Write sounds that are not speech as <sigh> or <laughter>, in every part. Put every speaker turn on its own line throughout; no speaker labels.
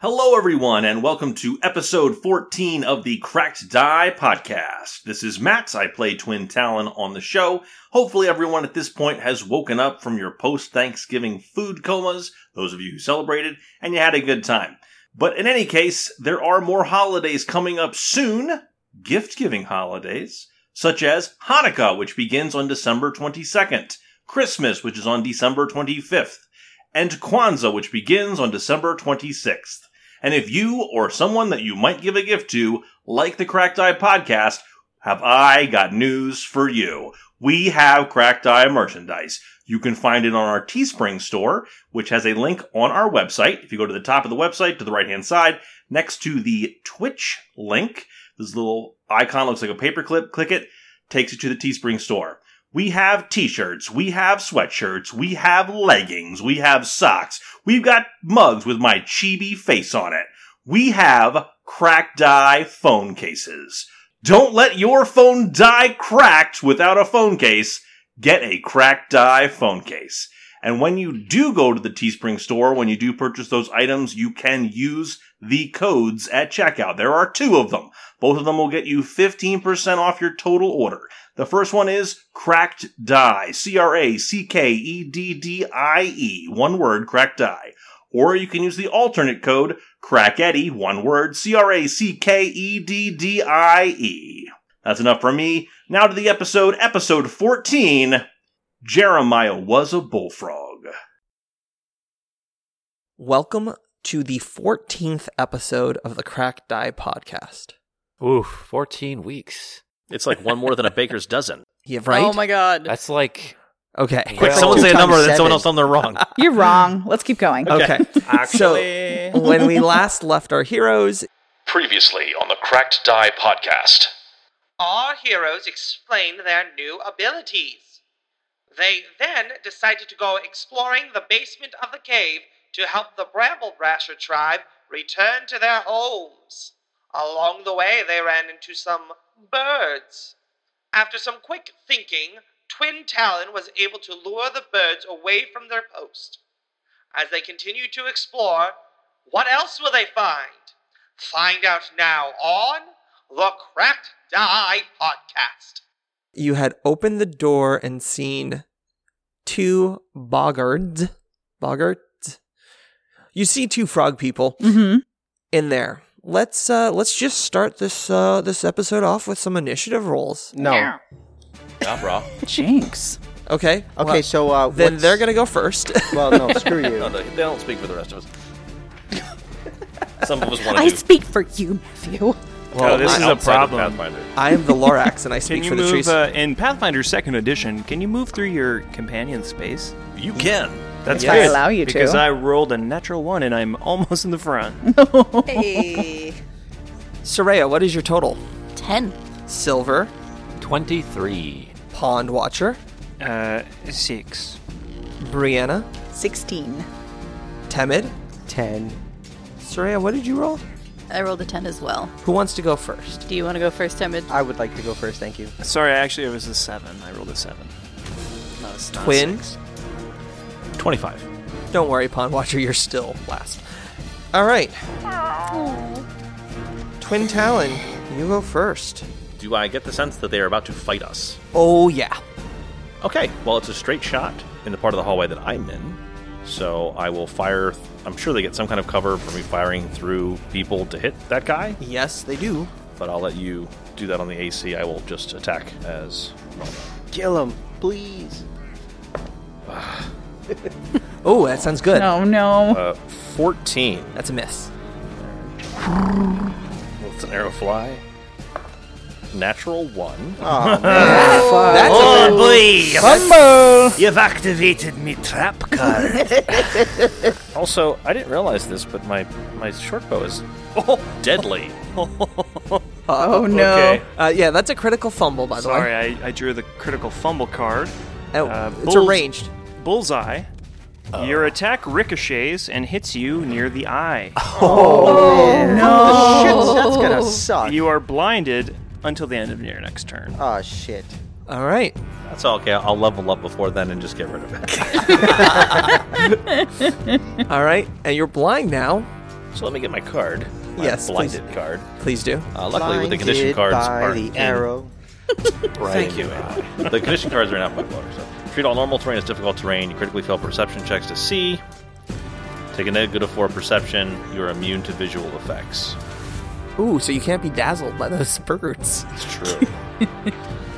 Hello, everyone, and welcome to episode 14 of the Cracked Die podcast. This is Max. I play Twin Talon on the show. Hopefully, everyone at this point has woken up from your post Thanksgiving food comas, those of you who celebrated, and you had a good time. But in any case, there are more holidays coming up soon gift giving holidays, such as Hanukkah, which begins on December 22nd, Christmas, which is on December 25th. And Kwanzaa, which begins on December 26th. And if you or someone that you might give a gift to, like the Cracked Eye podcast, have I got news for you. We have Cracked Eye merchandise. You can find it on our Teespring store, which has a link on our website. If you go to the top of the website to the right hand side, next to the Twitch link, this little icon looks like a paperclip. Click it, takes you to the Teespring store. We have t-shirts, we have sweatshirts, we have leggings, we have socks, we've got mugs with my chibi face on it. We have crack die phone cases. Don't let your phone die cracked without a phone case. Get a crack die phone case. And when you do go to the Teespring store, when you do purchase those items, you can use the codes at checkout. There are two of them. Both of them will get you 15% off your total order. The first one is Cracked Die. C R A C K E D D I E. One word, Cracked Die. Or you can use the alternate code Crack Eddie. One word, C R A C K E D D I E. That's enough for me. Now to the episode, episode 14. Jeremiah was a bullfrog.
Welcome to the 14th episode of the Crack Die podcast.
Oof, 14 weeks.
It's like one more than a
<laughs>
baker's dozen.
Yeah, right?
Oh my god.
That's like
okay.
Quick,
Well-
someone
Two
say a
times
number, then someone
seven.
else on there wrong.
You're wrong. Let's keep going.
Okay.
<laughs>
actually
so when we last left our heroes,
Previously on the Cracked Die podcast.
Our heroes explained their new abilities. They then decided to go exploring the basement of the cave to help the Bramble Brasher tribe return to their homes. Along the way, they ran into some birds. After some quick thinking, Twin Talon was able to lure the birds away from their post. As they continued to explore, what else will they find? Find out now on the Cracked Die Podcast.
you had opened the door and seen two boggards. Boggards? You see two frog people
Mm-hmm.
in there. Let's uh let's just start this uh this episode off with some initiative rolls.
No.
Yeah, bro.
Jinx.
Okay.
Okay,
Well,
so uh,
then
what's-
they're gonna go first.
Well, no,
<laughs>
screw
No,
<laughs>
you.
no, they don't speak for the rest of us. Some of us want
I
to. do.
speak for you, Matthew.
<laughs>
Oh, this is a
outside of
problem.
Pathfinder.
I am the Lorax and I speak
Can you
for the trees.
move uh, in Pathfinder Second Edition? Can you move through your companion space?
You can.
That's
If I
good,
allow you to.
because I rolled a natural one and I'm almost in the front.
Hey.
Soraya, what is your total?
Ten.
Silver,
23.
Pond Watcher,
uh, six.
Brianna,
Sixteen.
Temid.
Ten.
Soraya, what did you roll?
I rolled a ten as <laughs> well.
Who wants to go first?
Do you want to go first, Timid?
I would like to go first, thank you.
Sorry, actually, it was a seven. I rolled a seven. No, it's not a
Twin.
six.
25.
Don't worry, Pond Watcher, you're still last. All right. Twin Talon, you go first.
Do I get the sense that they are about to fight us?
Oh, yeah.
Okay. Well, it's a straight shot in the part of the hallway that I'm in. So I will fire. I'm sure they get some kind of cover from me firing through people to hit that guy,
Yes, they do.
but I'll let you do that on the AC. I will just attack as normal.
Kill him, please.
Oh, that sounds good.
No, no.
Uh, 14.
That's a miss.
What's an arrow fly? Natural one. <laughs>
<laughs>
Oh, man.
That's
Oh,
a
Oh.
win.
boy!
Bumbo!
You've activated me trap card.
Also, I didn't realize this, but my my short bow is <laughs> deadly.
<laughs> Oh no.
Okay.
Uh, yeah, that's a critical fumble, by the
Sorry,
way.
I, I drew the critical fumble card.
Oh,
uh,
it's
bulls-
arranged.
Bullseye. Your attack ricochets and hits you near the eye.
Oh, shit, that's gonna suck.
You are blinded until the end of your next turn.
Oh, shit.
All right.
That's all okay. I'll level up before then and just get
<laughs>
rid of it.
All right. And you're blind now.
So let me get my card. My
Yes, please.
blinded card.
Please do.
Uh, luckily, with the condition
Blinded
cards
by
are
the
in-
arrow.
<laughs> Right
Thank
in the eye. the condition cards are in outback water. So treat all normal terrain as difficult terrain. You critically fail perception checks to see. Take a negative four perception. You are immune to visual effects.
Ooh, so you can't be dazzled by those <laughs> birds.
It's <laughs> true.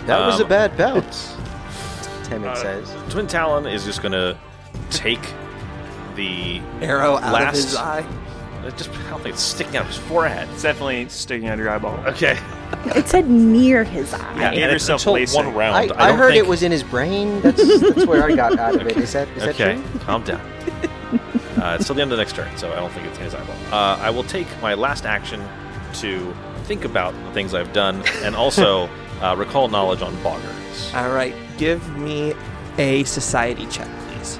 That was a
Um,
bad bounce. Temin
Uh,
says.
Twin Talon is just gonna take the
Arrow out
last,
of his eye.
It Just I don't think it's sticking out of his forehead.
It's definitely sticking out of your eyeball.
Okay.
It said near his eye.
Yeah,
and it's
yourself
until
LASIK.
one round. I,
I, I,
don't
heard
think-
it was in his brain. <sighs> That's, that's where I got out of it. Is that is that
okay,
true?
calm
<laughs>
down. uh, it's till the end of the next turn, so I don't think it's in his eyeball. Uh, I will take my last action to think about the things I've done and
<laughs>
also uh, recall knowledge on boggers.
All right, give me a society check, please.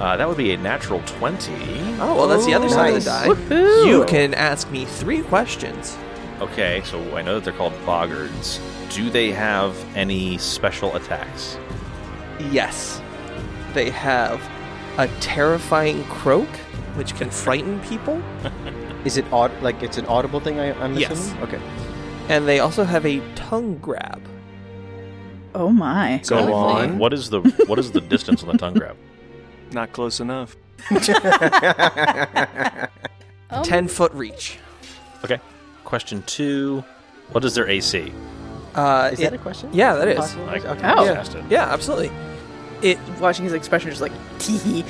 Uh, that would be a natural 20.
Oh, well, that's the other side of the die.
Nice. Woohoo.
You can ask me three questions.
Okay, so I know that they're called boggards. Do they have any special attacks?
Yes, they have a terrifying croak, which
<laughs>
can frighten people,
Is it aud- like it's an audible thing? I, I'm
Yes.
assuming. Okay.
and they also have a tongue grab.
Oh my.
Go on.
What is the what is the distance on the tongue
<laughs>
grab?
Not close <laughs> enough.
Oh,
10 foot reach.
Okay. Question two. What is their AC?
Uh,
Is
it-
that a question?
yeah, that is.
Possible?
Like-
Okay.
Oh.
Cast it.
<laughs>
Yeah, absolutely. It
Watching his expression, just like <laughs> tee.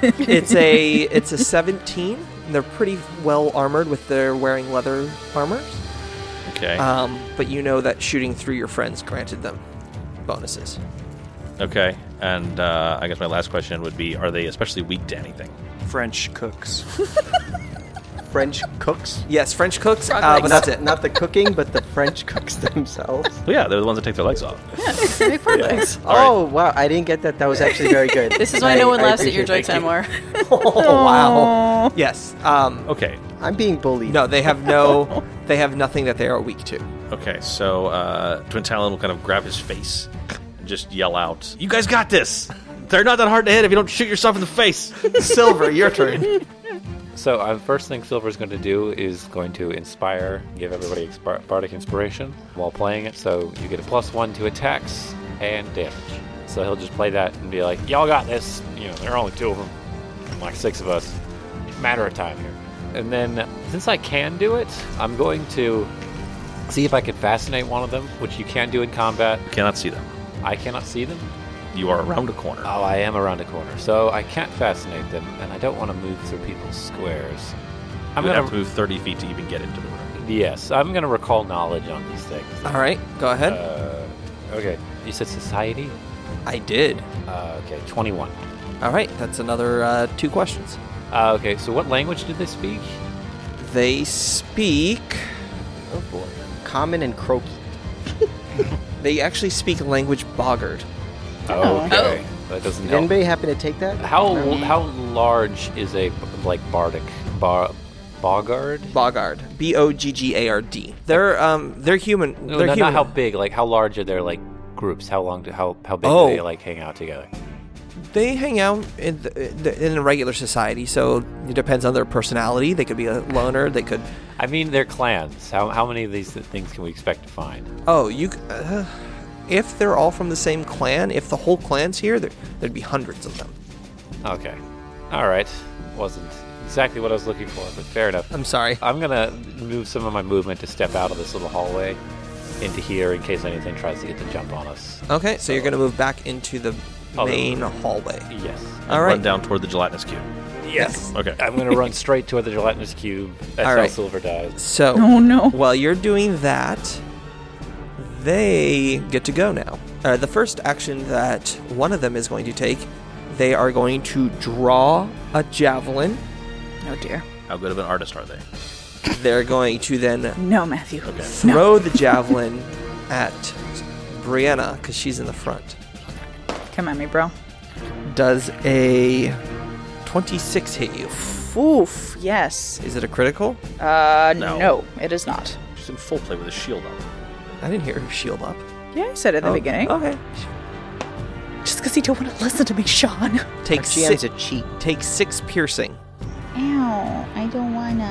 it's a it's a 17. And they're pretty well armored with their wearing leather armor.
Okay.
Um, but you know that shooting through your friends granted them bonuses.
Okay. And uh, I guess my last question would be: Are they especially weak to anything?
French
<laughs>
cooks.
French cooks.
Yes, French cooks,
Frog
uh,
legs.
but that's it.
Not the cooking, but the French cooks themselves.
Well, yeah, they're the ones that take their legs off.
make fun of us.
oh wow! I didn't get that. That was actually very good.
This is why no one laughs at your jokes
anymore.
anymore.
<laughs>
Oh, wow. Yes. Um,
Okay.
I'm being bullied.
no, they have
<laughs>
no they have nothing that they are weak to.
Okay. So uh, Twin Talon will kind of grab his face and just yell out, "You guys got this! They're not that hard to hit if you don't shoot yourself in the face."
<laughs> Silver, your turn.
So, uh, first thing Silver's going to do is going to inspire, give everybody expi- bardic inspiration while playing it. So you get a plus one to attacks and damage. So he'll just play that and be like, "Y'all got this." You know, there are only two of them, like six of us. Matter of time here. And then, since I can do it, I'm going to see if I can fascinate one of them, which you can do in combat.
Cannot see them.
I cannot see them.
You are around a corner.
Oh, I am around a corner, so I can't fascinate them, and I don't want to move through people's squares.
I'm
I'm
gonna
gonna
have to move 30 feet to even get into the room.
Yes, I'm going to recall knowledge on these things.
All right, go ahead.
Uh, okay. You said society?
I did.
Uh, okay, 21.
All right, that's another uh, two questions.
Uh, okay, so what language did they speak?
They speak.
Oh boy. Common and croaky.
<laughs> They actually speak language boggard.
Oh,
Oh.
Okay. That doesn't
Did
help.
anybody happen to take that?
How how large is a like bardic bar bogard?
Boggard. B o g g a r d. They're um they're human.
No,
they're
no,
human.
not how big. Like how large are their like groups? How long? Do, how how big
Oh.
do they like hang out together?
They hang out in the, in a regular society, so it depends on their personality. They could be a loner. They could.
I mean, they're clans. How how many of these things can we expect to find?
Oh, you. c- Uh, if they're all from the same clan, if the whole clan's here, there, there'd be hundreds of them.
Okay. All right. Wasn't exactly what I was looking for, but fair enough.
I'm sorry.
I'm gonna move some of my movement to step out of this little hallway into here in case anything tries to get the jump on us.
Okay, so you're gonna move back into the
Oh,
main hallway.
Yes.
All
Run
right.
down toward the gelatinous cube.
Yes.
Okay.
I'm gonna run straight toward the gelatinous cube. That's
All
how
right.
Silver dies.
So
Oh no.
while you're doing that, they get to go now. Uh, the first action that one of them is going to take, they are going to draw a javelin.
Oh dear.
How good of an artist are they?
They're going to then
No, Matthew. No.
throw the javelin at Brianna because she's in the front.
Come at me, bro.
Does a 26 hit you?
Oof. Yes.
Is it a critical?
Uh,
No.
no. it is not.
She's in full play with a shield up.
I didn't hear her shield up.
Yeah, I said it at the
Oh,
beginning.
Okay.
Just because you don't want to listen to me, Sean.
Take
GM's
six,
a cheat.
take six piercing.
Ow, I don't wanna.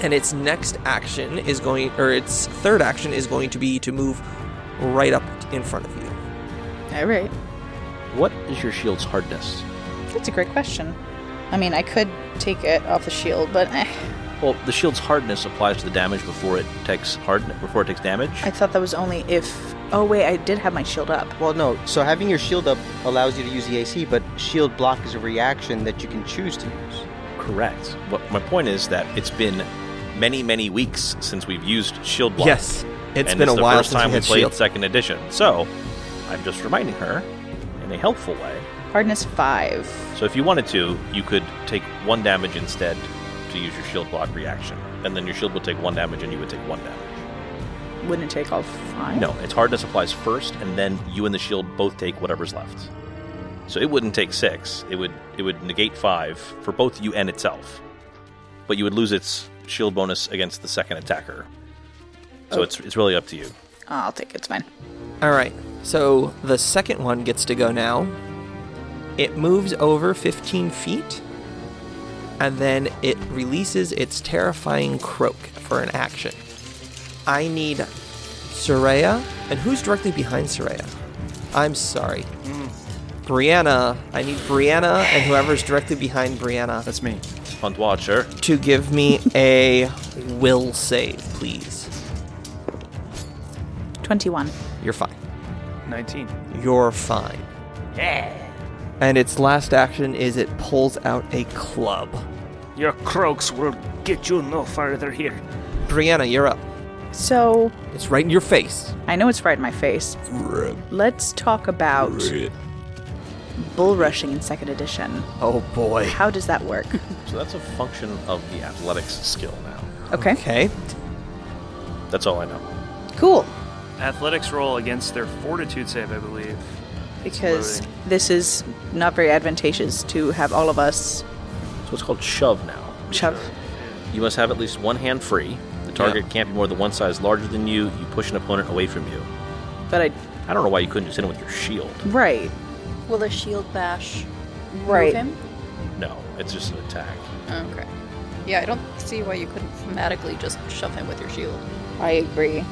and its next action is going or its third action is going to be to move right up in front of you
Alright.
What is your shield's hardness?
That's a great question. I mean, I could take it off the shield, but eh,
Well, the shield's hardness applies to the damage before it takes hard before it takes damage.
I thought that was only if. Oh, wait, I did have my shield up.
Well, no. So having your shield up allows you to use the AC, but shield block is a reaction that you can choose to use.
Correct. What my point is that it's been many, many weeks since we've used shield block.
yes
it's
it's been
it's
a
the
while
first
since
time
we
we
had
played
shield
second edition. So I'm just reminding her in a helpful way.
Hardness 5.
So if you wanted to, you could take one damage instead to use your shield block reaction, and then your shield would take one damage, and you would take one damage.
Wouldn't it take all 5?
No, its hardness applies first, and then you and the shield both take whatever's left. So it wouldn't take six; it would it would negate five for both you and itself, but you would lose its shield bonus against the second attacker. So it's it's really up to you.
I'll take it, it's fine.
all right so the second one gets to go now it moves over 15 feet and then it releases its terrifying croak for an action i need Soraya, and who's directly behind Soraya? i'm sorry brianna i need brianna and whoever's directly behind brianna
That's me.
Hunt Watcher.
to give me a will save, please.
21.
You're fine.
19.
You're fine. Yeah. And its last action is it pulls out a club.
Your croaks will get you no farther here.
Brianna, you're up.
So,
It's right in your face.
I know it's right in my face. Let's talk about bull rushing in second edition.
Oh boy.
How does
<laughs>
that work?
So that's a function of the athletics skill now.
Okay,
Okay.
That's all I know.
cool.
Athletics roll against their fortitude save, I believe.
Because
Absolutely.
this is not very advantageous to have all of us
So it's called shove now.
shove.
You must have at least one hand free. The target can't be more than one size larger than you. You push an opponent away from you.
But I.
I don't know why you couldn't just hit him with your shield.
Right.
Will a shield bash
Right.
move him?
No, it's just an attack.
Okay. Yeah, I don't see why you couldn't thematically just shove him with your shield.
I agree.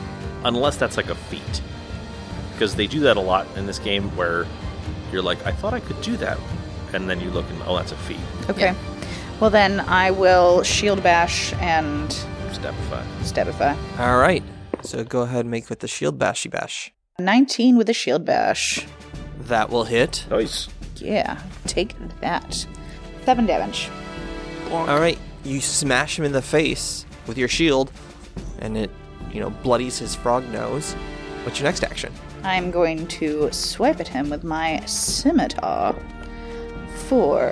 Unless that's like a feat. Because they do that a lot in this game where you're like, I thought I could do that. And then you look and, oh, that's a feat.
Okay. Well, then I will shield bash and
Step five.
stabify.
All right. So go ahead and make with the shield bashy bash.
19 with a shield bash.
That will hit.
Nice.
Yeah, take that. Seven damage.
All right. You smash him in the face with your shield, and it, you know, bloodies his frog nose. What's your next action?
I'm going to swipe at him with my scimitar for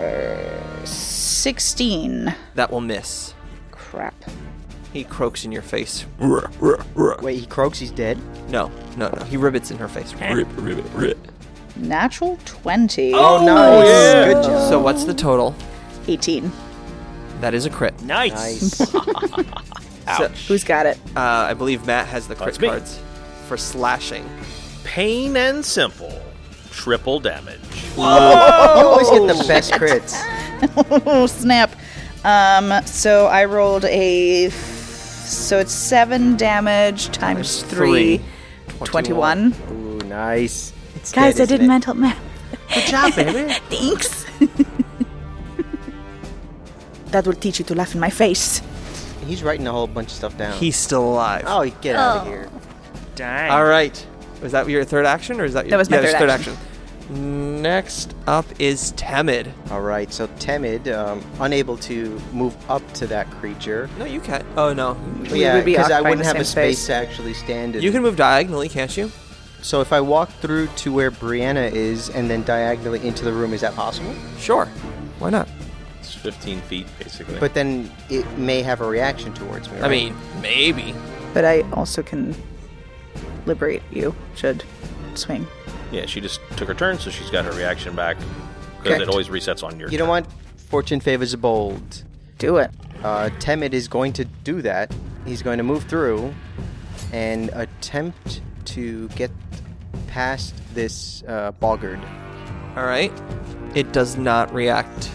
16.
That will miss.
Crap.
He croaks in your face.
Wait, he croaks, he's dead.
No, no, no. He ribbits in her face.
Natural 20.
Oh, nice. Good job.
So what's the total?
18.
That is a crit.
Nice.
<laughs>
Nice.
Who's got it?
Uh, I believe Matt has the crit
That's me.
cards for slashing.
Pain and simple. Triple damage.
you always get the best crits.
Oh, <laughs> snap. Um, so I rolled a. f- So it's 7 damage times 3.
three.
21.
Ooh, nice. It's
Guys,
dead,
I
isn't
did
it?
mental math.
Good job,
<laughs>
baby.
Thanks. that will teach you to laugh in my face.
He's writing a whole bunch of stuff down.
He's still alive.
oh, get out of here. Uh,
Dang.
All right. Was that your third action, or is that your
That was my
yeah, that's
third
your third action? Next up is Temid.
All right, so Temid, um, unable to move up to that creature.
No, you can't. Oh no,
We
yeah,
would be
because I
occupying the
wouldn't have a
same space.
space to actually stand in.
you can move diagonally, can't you?
So if I walk through to where Brianna is and then diagonally into the room, is that possible?
Sure. Why not?
It's 15 feet, basically.
But then it may have a reaction towards me.
I
right?
mean, maybe.
But I also can liberate you should swing.
yeah, she just took her turn, so she's got her reaction back. Because
Correct.
it always resets on your
you know
turn.
what? Fortune favors the bold.
Do it.
Uh, Temid is going to do that. He's going to move through and attempt to get past this uh, boggard.
All right. It does not react.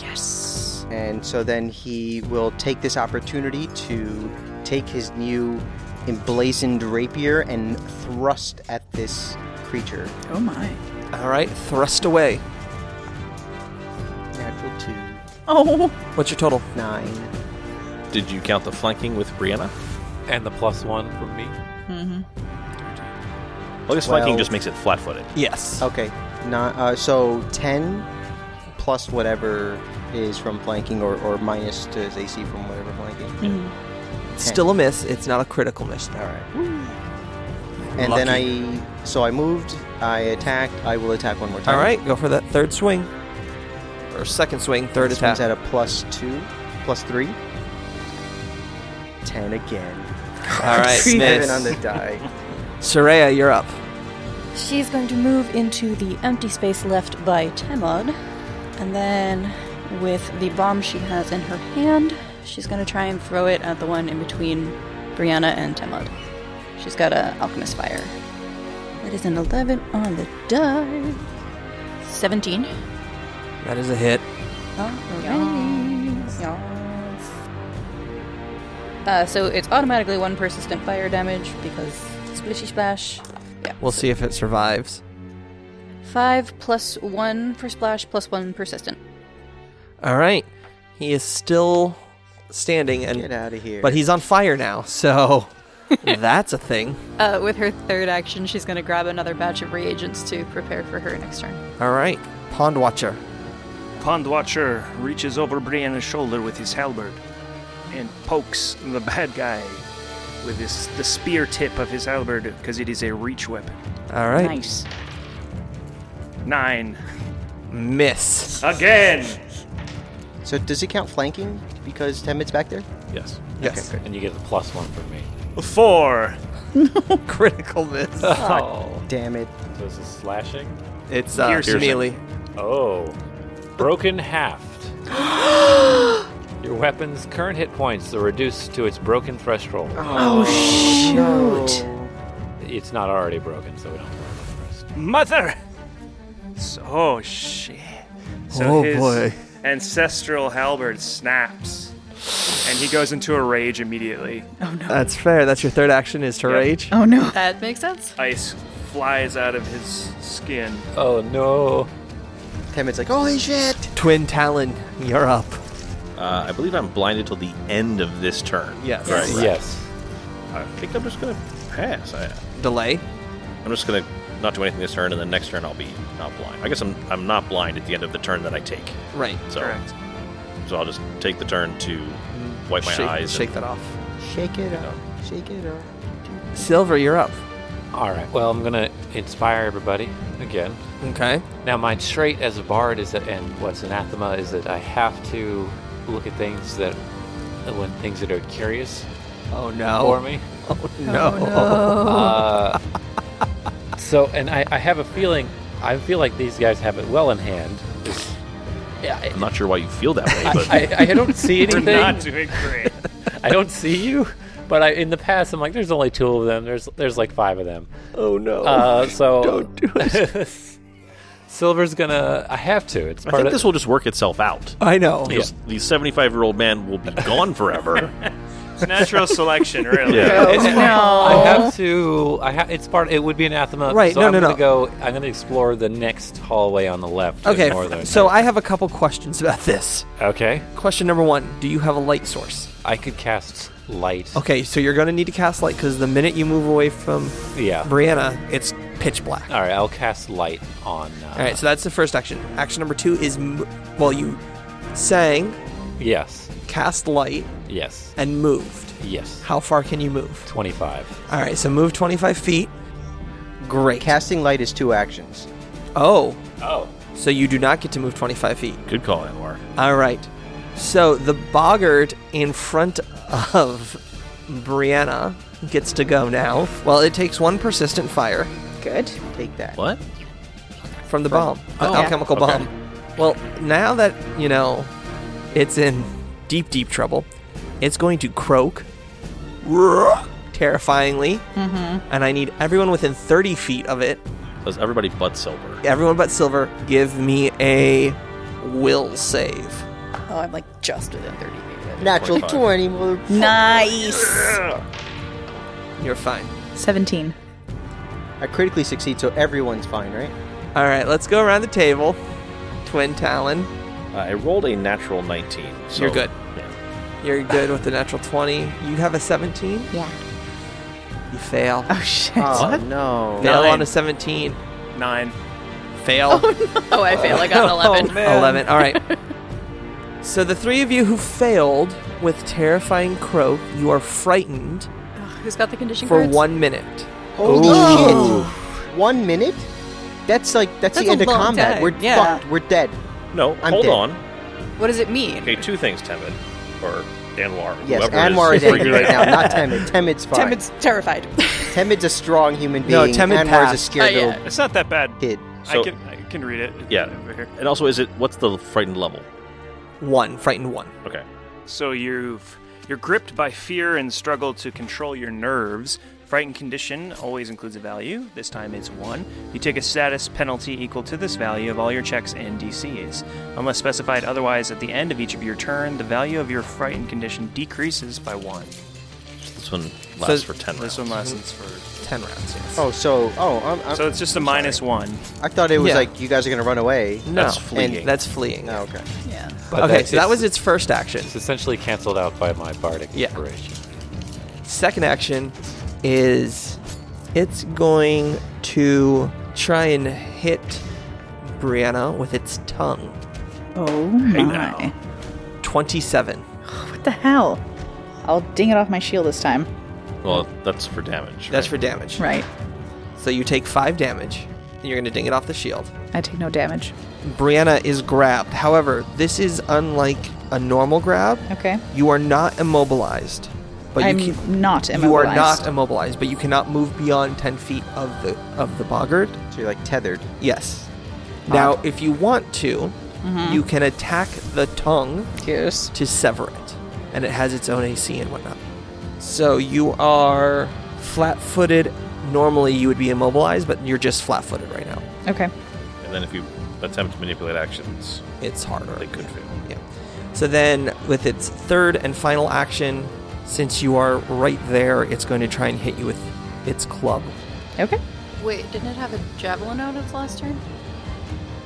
Yes.
And so then he will take this opportunity to take his new emblazoned rapier and thrust at this creature.
Oh my.
All right, thrust away.
Natural two.
Oh.
What's your total?
Nine.
Did you count the flanking with Brianna?
And the plus one from me.
Mm-hmm.
Well, I guess flanking
Twelve.
just makes it
<gasps>
flat <gasps> footed.
Yes.
Okay. Not, uh, so 10 plus whatever is from flanking or, or minus to his AC from whatever flanking.
Still a miss. It's not a critical miss.
All right. And then
Lucky.
I. So I moved, I attacked, I will attack one more time.
All right, go for that third swing. Or second swing, third
This
attack.
one's at a plus two, plus three. Ten again.
<laughs> All right,
Seven
miss.
on the die.
<laughs> Soraya, you're up.
She's going to move into the empty space left by Temod, and then with the bomb she has in her hand, she's going to try and throw it at the one in between Brianna and Temod. She's got a alchemist fire. That is an 11 on the die. 17.
That is a hit.
Alright. Uh, so it's automatically one persistent fire damage because splishy splash. Yeah.
We'll see if it survives.
Five plus one for splash plus one persistent.
All right. He is still standing and
Get out of here.
but he's on fire
<laughs>
now. So that's a thing.
Uh, with her third action, she's going to grab another batch of reagents to prepare for her next turn.
All right. Pond Watcher.
Pond Watcher reaches over Brianna's shoulder with his halberd and pokes the bad guy with his, the spear tip of his halberd because it is a reach weapon.
All right.
Nice.
Nine.
Miss.
Again!
so does it count flanking because Temid's back there?
Yes.
Yes.
And you get the plus one from me.
<laughs>
Four.
Critical miss.
Oh.
Damn it.
So this is slashing.
It's uh,
Piercing.
melee.
Oh.
<gasps>
Broken halved. Your weapon's current hit points are reduced to its broken threshold.
Oh, shoot.
It's not already broken, so we don't have to worry about the rest.
Mother! So, oh, shit. So
Oh,
his
boy.
ancestral halberd snaps and he goes into a rage immediately.
Oh,
That's fair. That's your third action is to rage.
Oh no.
That makes sense.
Ice flies out of his skin.
Oh no.
Temid's like, holy shit!
Twin Talon, you're up.
Uh, I believe I'm blinded till the end of this turn.
Yes.
Right.
Yes.
I think I'm just gonna pass. I,
Delay.
I'm just gonna not do anything this turn, and then next turn I'll be not blind. I guess I'm I'm not blind at the end of the turn that I take.
Right.
So
Correct.
so I'll just take the turn to wipe my
Mm, shake
eyes.
shake
and,
that off.
Shake it up. Shake it up.
Silver, you're up.
All right. Well, I'm gonna inspire everybody again.
Okay.
Now, my trait as a bard is that, and what's anathema is that I have to look at things that, when things that are curious
Oh no.
for me.
Oh no.
Uh, so, and I, I have a feeling, I feel like these guys have it well in hand. Yeah,
I'm not sure why you feel that way, but
I, I, I
<laughs>
don't see
We're
anything.
not doing great.
<laughs> I don't see you. But I, in the past, I'm like, there's only two of them. There's there's like five of them.
Oh no.
Uh, so
Don't do
<laughs> it. Silver's gonna. I have to. It's
I
part
think
of
this will just work itself out.
I know.
Because The 75 year old man will be gone forever. <laughs>
It's natural selection, really.
Yeah.
Oh no.
I have to. I ha- it's part. It would be anathema.
Right,
So
no,
I'm
no,
gonna
no.
Go. I'm gonna explore the next hallway on the left. to
Okay.
ignore those.
So I have a couple questions about this.
Okay.
Question number one: Do you have a light source?
I could cast light.
Okay, so you're gonna need to cast light because the minute you move away from
Yeah.
Brianna, it's pitch black.
All right. I'll cast light on. Uh,
All right, so that's the first action. Action number two is, m- well, you sang,
Yes.
cast light,
Yes.
and moved.
Yes.
How far can you move?
Twenty-five.
All right, so move 25 feet. Great.
Casting light is two actions.
oh,
Oh.
so you do not get to move 25 feet.
Good call, Anwar.
All right. So the boggart in front of Brianna gets to go now. Well, it takes one persistent fire
Good.
Take that.
What?
from the bomb, the
Oh,
alchemical
okay.
bomb. Well, now that, you know, it's in deep, deep trouble, it's going to croak terrifyingly. And I need everyone within 30 feet of it,
Does everybody but Silver?
everyone but Silver, give me a will save.
Oh, I'm like just within 30 feet. of it.
Natural
25.
20, motherfucker.
Nice.
You're fine.
17.
I critically succeed, so everyone's fine, right?
All right, let's go around the table. Twin Talon,
Uh, I rolled a natural 19. So
You're good. you're good with the natural 20. You have a 17?
Yeah.
You fail.
Oh, shit.
Oh,
What?
no.
fail
nine.
on a 17.
Nine.
Fail.
Oh, I fail.
<laughs>
I got an 11.
11. All right. so the three of you who failed with terrifying croak, you are frightened
Ugh, who's got the condition
for
cards?
one minute.
Holy
Ooh.
shit. One minute? That's like, that's,
That's
the
a
end of
long
combat.
time,
We're
yeah.
fucked. We're dead.
No,
I'm
hold
dead.
on.
What does it mean?
Okay, two things, Temid. Or Anwar.
Yes,
whoever
Anwar is angry
freaking
right now,
out.
not Temid. Temid's fine.
Timid's terrified.
Temid's a strong human being.
No, Temid
Anwar's a
passed.
scared
Oh, yeah.
little
It's not that bad.
kid.
So-
I can I can read it.
Yeah.
Over here.
And also, is it what's the frightened level?
One, frightened one.
Okay.
So you've you're gripped by fear and struggle to control your nerves. Frightened condition always includes a value. This time it's one. You take a status penalty equal to this value of all your checks and DCs. Unless specified otherwise at the end of each of your turn, the value of your frightened condition decreases by one.
This one lasts
So-
for 10 rounds.
This one lessens for.
10 rounds, yes.
Oh, so, oh, I'm, I'm,
So it's just a minus one.
I thought it was
Yeah.
like you guys are going to run away.
no.
that's fleeing.
And that's fleeing.
Oh, okay.
yeah.
But
okay,
that-
so that
it's-
was its first action.
It's essentially canceled out by my bardic
Yeah.
inspiration.
Second action is it's going to try and hit Brianna with its tongue.
Oh, my.
27.
What the hell? I'll ding it off my shield this time.
well, that's for damage.
That's for damage.
Right.
So you take 5 damage, and you're going to ding it off the shield.
I take no damage.
Brianna is grabbed. However, this is unlike a normal grab.
Okay.
You are not immobilized, but
I'm
you
not
can,
immobilized.
you are not immobilized, but you cannot move beyond ten feet of the of the boggart.
So you're like tethered.
Yes.
Ah.
Now, if you want to,
Mm-hmm.
you can attack the tongue
Yes.
to sever it, and it has its own AC and whatnot. So you are flat-footed. Normally, you would be immobilized, but you're just flat-footed right now.
Okay.
And then if you attempt to manipulate actions,
It's harder.
they could fail.
Yeah. So then, with its third and final action, since you are right there, it's going to try and hit you with its club.
Okay.
Wait, didn't it have a javelin out its last <laughs> turn?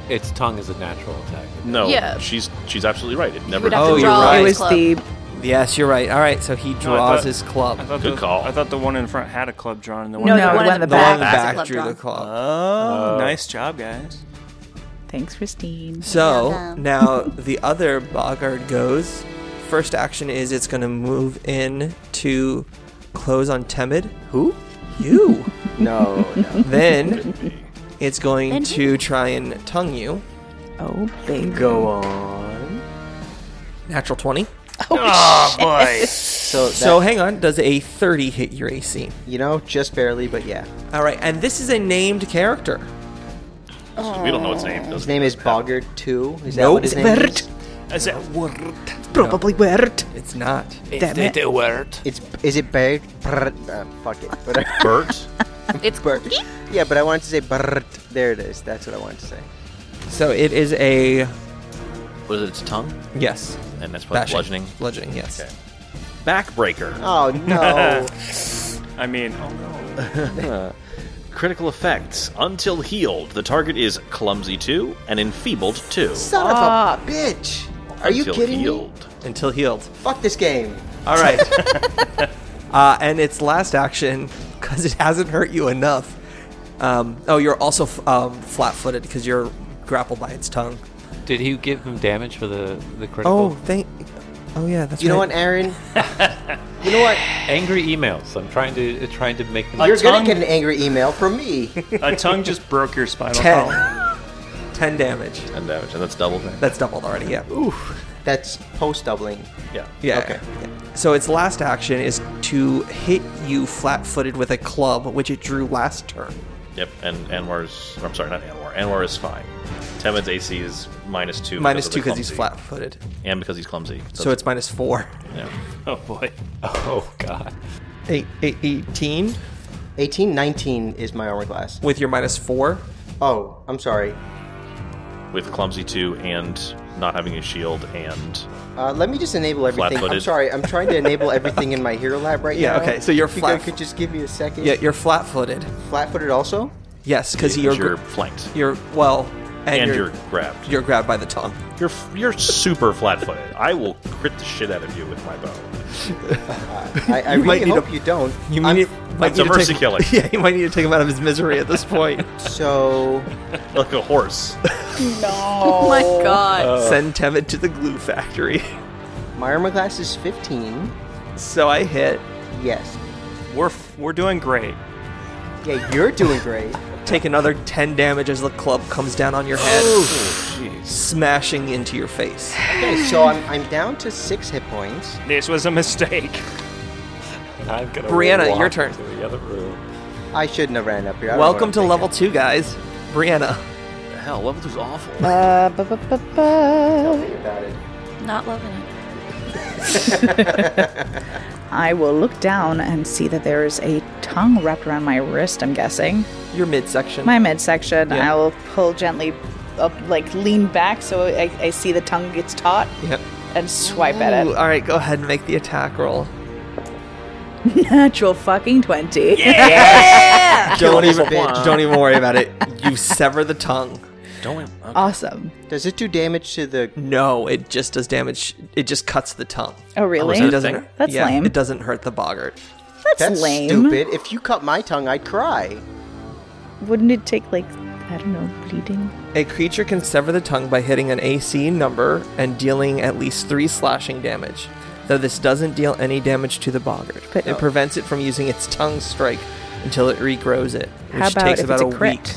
Its tongue is a natural attack.
No,
Yeah.
she's she's absolutely right. It never.
would have
Oh,
to
you're
draw
right.
It
his
was
club.
the.
Yes, you're right. All right, so he
No, I
draws
thought-
his club.
I thought
Good
the,
call.
I thought the one in front had a club drawn, and the one.
No,
the
no,
one
the
in
one in
the
the
the one in
back.
the
Back.
back
Club
drew the
drawn.
club.
Oh, nice job, guys.
Thanks, Christine.
So
Yeah.
now the other Bogard goes. First action is it's going to move in to close on Temid. Who?
<laughs>
You.
No, no.
then it's going
Then
to try and tongue you.
Oh, baby.
Go on.
Natural 20.
Ah,
Oh
<laughs>
boy.
So, that,
So hang on, does a 30 hit your AC?
you know, just barely, but yeah.
All right, and this is a named character.
We don't know its name.
His
Does
name is Boggart Two. Is that
Nope.
what his name
Bert.
is?
Is that word?
Probably weird.
It's not.
Damn it.
a word?
It's is it Bert? Brr, uh, fuck it. But
<laughs> Bert?
It's
Bert. Yeah, but I wanted to say Bert. There it is. That's what I wanted to say.
So it is a
Was it its tongue?
yes.
And that's what
bashing.
bludgeoning.
Bludgeoning. Yes.
Okay. Backbreaker.
Oh
<laughs>
no.
I mean, oh no.
Critical effects. Until healed, the target is clumsy two and enfeebled two.
Son of a bitch. Are you
Until
kidding me?
healed.
Until healed.
Fuck this game.
<laughs>
All right. uh, and its last action, because it hasn't hurt you enough. Um, oh, you're also f- um, flat-footed because you're grappled by its tongue.
Did he give him damage for the, the critical?
Oh, thank. Oh yeah, that's
You know
right.
what, Aaron?
Oh.
you know what?
Angry emails. I'm trying to uh, trying to make them.
You're
tongue-
gonna get an angry email from me.
<laughs> A tongue just broke your spinal column.
Ten. <laughs> Ten damage.
And damage, and that's double.
That's doubled already. Yeah.
That's post doubling.
Yeah.
Yeah.
Okay.
yeah. So its last action is to hit you flat-footed with a club, which it drew last turn.
Yep. And Anwar's. I'm sorry, not Anwar. Anwar is fine. Temid's AC is minus two.
Minus
of
two
the
because he's
clumsy.
flat-footed,
And because he's clumsy.
so it's minus four.
Yeah.
<laughs> Oh boy.
Oh god.
Eight, eight, 18
18, 19 is my armor class.
with your minus four.
Oh, I'm sorry.
With clumsy two and not having a shield and
Uh, let me just enable everything. I'm
Flat-footed.
sorry, I'm trying to enable everything in my hero lab right
<laughs> Yeah,
now.
okay, so you're
If you guys
flat-
could just give me a second.
Yeah, you're flat-footed.
Flat-footed also.
Yes, because
Yeah,
you're
'cause you're flanked.
You're well, and,
and
you're,
you're grabbed.
you're grabbed by the tongue.
You're f- you're super flat-footed. I will crit the shit out of you with my bow.
<laughs> I, I
<laughs> You might
really
need
hope
a-
you don't.
You
I'm- <laughs>
might, might
That's
need
a
to
mercy
take,
killing.
<laughs> Yeah, you might need to take him out of his misery at this point.
<laughs> So
<laughs> Like a horse. Uh,
Oh <laughs> my god.
Send Temet to the glue factory.
<laughs> my armor class is
<laughs>
15.
So I hit,
Yes.
We're f- we're doing great.
Yeah, you're doing great.
<laughs> take another 10 damage as the club comes down on your head, smashing into your face.
Okay, so I'm, I'm down to six hit points.
This was a mistake.
<laughs> I'm gonna
Brianna, your
walk
turn.
To the other room.
I shouldn't have ran up here. I don't know
<laughs> Welcome
what
to
I'm
level
thinking.
2, guys. Brianna.
Hell, level two's awful.
Uh, bu- bu- bu- bu-
Tell me about it.
Not loving it.
<laughs> I will look down and see that there is a tongue wrapped around my wrist, I'm guessing.
Your midsection.
My midsection,
Yeah.
I will pull gently up, like lean back so I, I see the tongue gets taut
Yep.
and swipe at
Ooh,
it.
all right, go ahead and make the attack roll.
<laughs> Natural fucking 20. Ah.
Don't even,
bitch.
don't even worry about
<laughs>
it. You sever the tongue.
Awesome.
Does it do damage to the?
No, it just does damage. It just cuts the tongue.
Oh, really?
It doesn't. hurt-
That's
yeah,
lame.
It doesn't hurt the boggart.
<laughs> That's,
That's
lame.
stupid. If you cut my tongue, I'd cry.
Wouldn't it take, like, I don't know, bleeding?
A creature can sever the tongue by hitting an AC number and dealing at least three slashing damage. Though this doesn't deal any damage to the boggart,
But-
it prevents it from using its tongue strike until it regrows it, which
How about
takes
if
about
it's a,
a
crit?
week.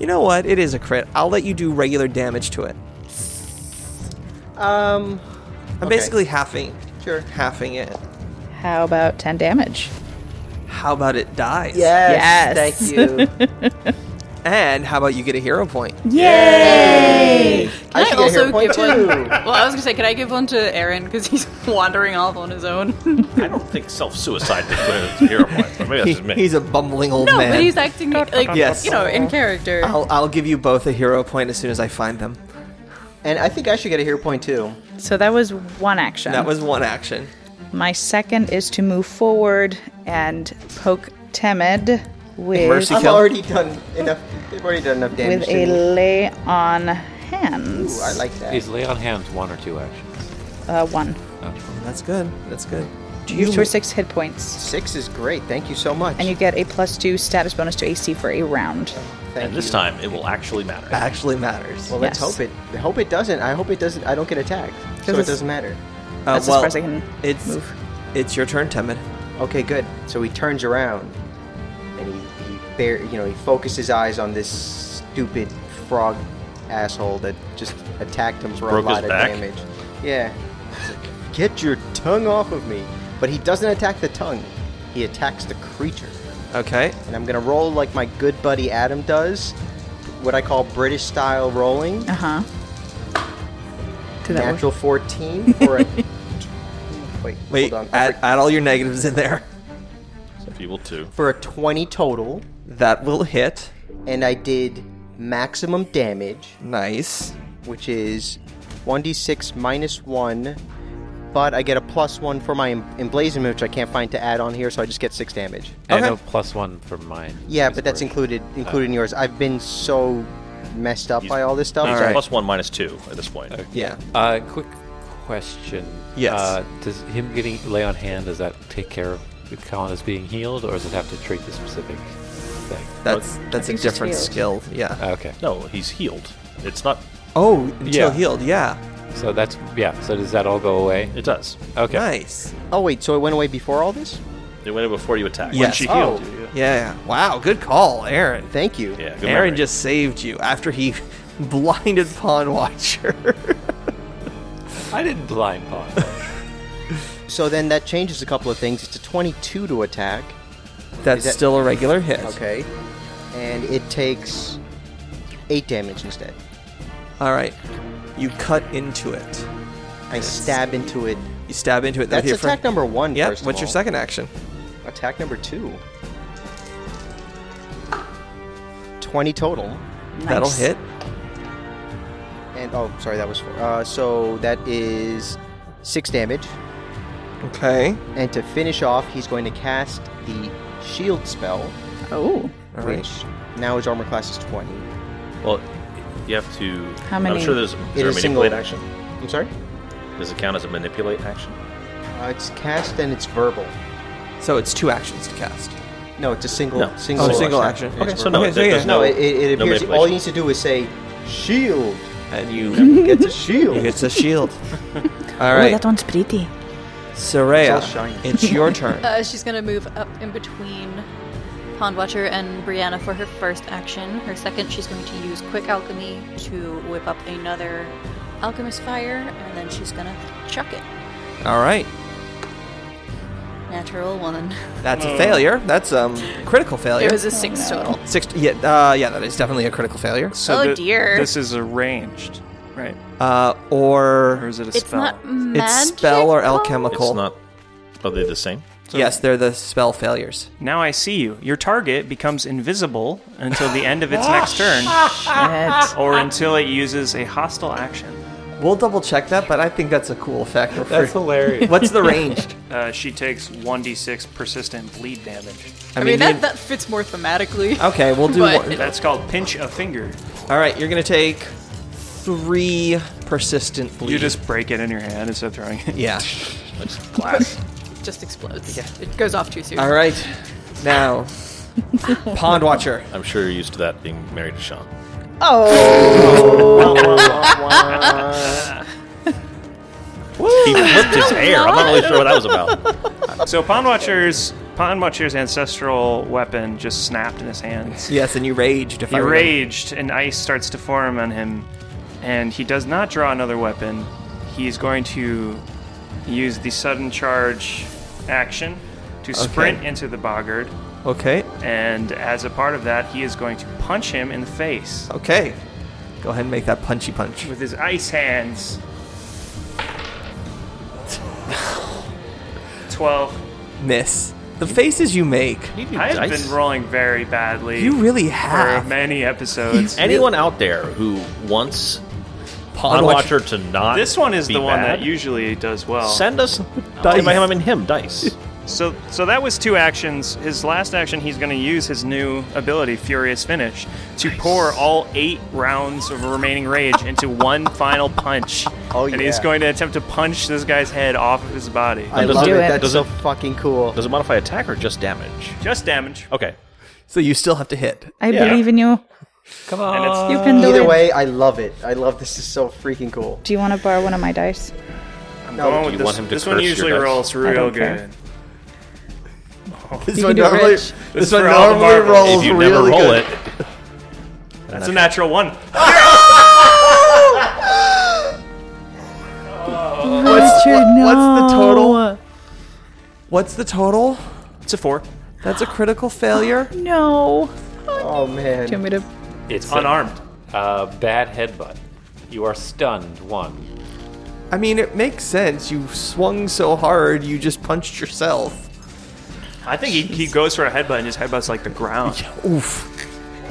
You know what? It is a crit. I'll let you do regular damage to it.
Um,
I'm
Okay.
basically halving,
sure.
halving it.
How about 10 damage?
How about it dies?
Yes,
Yes.
Thank you.
And how about you get a hero point?
Yay!
I should get a hero point too.
Well, I was gonna say, can I give one to Aaron because he's <laughs> wandering off on his own? no,
I don't think self-suicide is a hero point, but maybe that's
<laughs> He-
just me.
he's a bumbling old man.
but he's acting like
Yes.
you know in character.
I'll, I'll give you both a hero point as soon as I find them.
And I think I should get a hero point too.
So that was one action.
That was one action.
My second is to move forward and poke Temid with
Mercy
I've
kill.
already done enough. They've already done enough damage.
with
to
a
me.
lay on hands.
Ooh, I like that.
Is lay on hands one or two actions?
uh, one.
That's good. That's good. Do
Use for six hit points,
Six is great. Thank you so much.
and you get a plus two status bonus to AC for a round.
Thank
and this
you.
time, it will actually matter.
actually matters?
Well, let's
Yes.
hope it. I hope it doesn't. I hope it doesn't. I don't get attacked, so it
it's-
doesn't matter.
Uh,
That's as far as I can
it's
move.
it's your turn, Temid.
Okay, good. So he turns around, and he, he bear, you know, he focuses his eyes on this stupid frog asshole that just attacked him for
Broke
a lot of
his back?
damage. Yeah. He's like, Get your tongue off of me! But he doesn't attack the tongue. He attacks the creature,
Okay.
and I'm gonna roll like my good buddy Adam does, what I call British style rolling.
Uh huh. Did that work?
Natural 14 for a. wait,
Wait.
hold on.
Add, add all your negatives in there.
If you will too.
for a 20 total,
That will hit.
and I did maximum damage,
Nice.
which is 1d6 minus 1, but I get a plus 1 for my em- emblazonment, which I can't find to add on here, so I just get 6 damage.
And
Okay.
a plus one for mine.
Yeah,
Is
but that's
worth-
included included in yours. I've been so messed up by all this stuff.
He's
All right.
plus one, minus two at this point.
Yeah.
Uh, quick question.
Yes.
Uh, does him getting lay on hand does that take care of Colin as being healed, or does it have to treat the specific thing?
That's that's a
he's just
different
healed.
skill. Yeah.
Okay.
No, he's healed. It's not.
Oh, until
Yeah.
healed. Yeah.
So that's yeah. So does that all go away?
It does.
Okay.
Nice.
Oh, wait, so it went away before all this?
It went in before you attacked.
Yes.
When she
Oh.
healed you.
Yeah. Wow. Good call, Oh, Aaron.
Thank you.
Yeah. Good
Aaron
memory.
just saved you after he <laughs> blinded Pawn Watcher.
I didn't blind
<laughs>
pawn.
So then that changes a couple of things. It's a 22 to attack.
That's
Is that-
still a regular hit.
Okay. And it takes 8 damage instead.
All right. You cut into it.
I stab into it.
You stab into it.
That's
with your
attack
front-
number one.
Yep.
first of
What's your
all.
second action?
Attack number two. 20 total.
That'll
Nice.
hit.
and oh, sorry, that was four. Uh, so that is six damage.
Okay.
And to finish off, he's going to cast the shield spell.
Oh.
All right.
Which now his armor class is twenty.
Well, you have to.
How many?
I'm sure there's is
It
there a
is single-
manipulate action.
I'm sorry.
Does it count as a manipulate action?
Uh, it's cast and it's verbal.
So it's two actions to cast.
No, it's a single
No.
single,
Oh, single action.
It's
Okay, so
verbal.
no,
Okay, so
there-
yeah.
there's
No,
no.
it, it
no
appears all
manipulation.
he needs to do is say shield.
And you
Gets a
you
shield.
get the
<laughs>
shield. All
Oh,
right,
that one's pretty.
Saraya,
It's all shiny.
it's your turn.
<laughs> Uh, she's gonna move up in between Pondwatcher and Brianna for her first action. Her second, she's going to use Quick Alchemy to whip up another Alchemist Fire, and then she's gonna chuck it.
All right,
Natural one. <laughs>
that's
Oh.
a failure. That's um critical failure.
It was a six total.
Six. Yeah, uh, yeah, that is definitely a critical failure.
So
Oh,
thi-
dear.
This is arranged, <laughs> right?
Uh,
Or
or
is it a
It's
spell?
not magic.
it's spell or alchemical.
It's not. Are they the same?
yes, they're the spell failures.
Now I see you. Your target becomes invisible until the end of its
<laughs>
next <laughs> turn,
Shit.
or until it uses a hostile action.
We'll double check that, but I think that's a cool effect. We're
That's
free-
hilarious.
What's the range?
<laughs> Uh, she takes 1d6 persistent bleed damage.
I mean, that, that fits more thematically.
okay,
<laughs>
we'll do
But-
one.
That's called pinch a finger.
All right, you're gonna take three
<laughs>
persistent bleed.
You just break it in your hand instead of throwing it. <laughs>
yeah.
It <laughs> just explodes. It goes off too soon.
All right, now Pond Watcher.
I'm sure you're used to that being married to Sean.
Oh.
He flipped
<laughs>
his hair. I'm not really sure what that was about.
<laughs> So Pond Watcher's Pond Watcher's ancestral weapon just snapped in his hands.
Yes, and you raged. If
He
I remember.
raged, and ice starts to form on him, and he does not draw another weapon. He's going to use the sudden charge action to sprint into the boggard,
Okay.
and as a part of that, he is going to punch him in the face
Okay. Go ahead and make that punchy punch.
with his ice hands. Twelve.
Miss. The faces you make.
I've been rolling very badly.
You really
for
have.
many episodes.
Anyone out there who wants
Pond
Pond Watcher to not
This one is
be
the one
bad,
that usually does well.
send <laughs>
<laughs>
us.
Dice.
I mean, I mean him dice.
So, so that was two actions. His last action, he's going to use his new ability, Furious Finish, to pour all eight rounds of remaining rage into one final punch.
Oh,
And he's
yeah.
going to attempt to punch this guy's head off of his body.
I
Does
love
it-
it.
does
That's
it-
so fucking cool.
Does it modify attack or just damage?
Just damage.
Okay.
So you still have to hit.
I believe in you.
And it's,
You can do
Either
it.
way, I love it. I love this. Is so freaking cool.
Do you want to borrow one of my dice?
I'm
No,
going
do
with
you
this.
want him to
this
curse
one
your
usually
dice?
rolls
I
real
don't
<laughs>
good.
care.
This
You
one
can do it,
normally,
Rich.
this
This
one
for all the
normally
marbles.
rolls
If you never
really
roll
good.
it,
That's a natural one. <laughs>
What's,
Richard, no.
what's the total? What's the total?
It's a four.
That's a critical failure.
<gasps> No.
Oh man.
Do you want me to?
It's
Unarmed.
A, uh, bad headbutt. You are stunned. One.
I mean, it makes sense. You swung so hard, you just punched yourself.
I think he, he goes for a headbutt and his headbutt's like the ground.
Oof.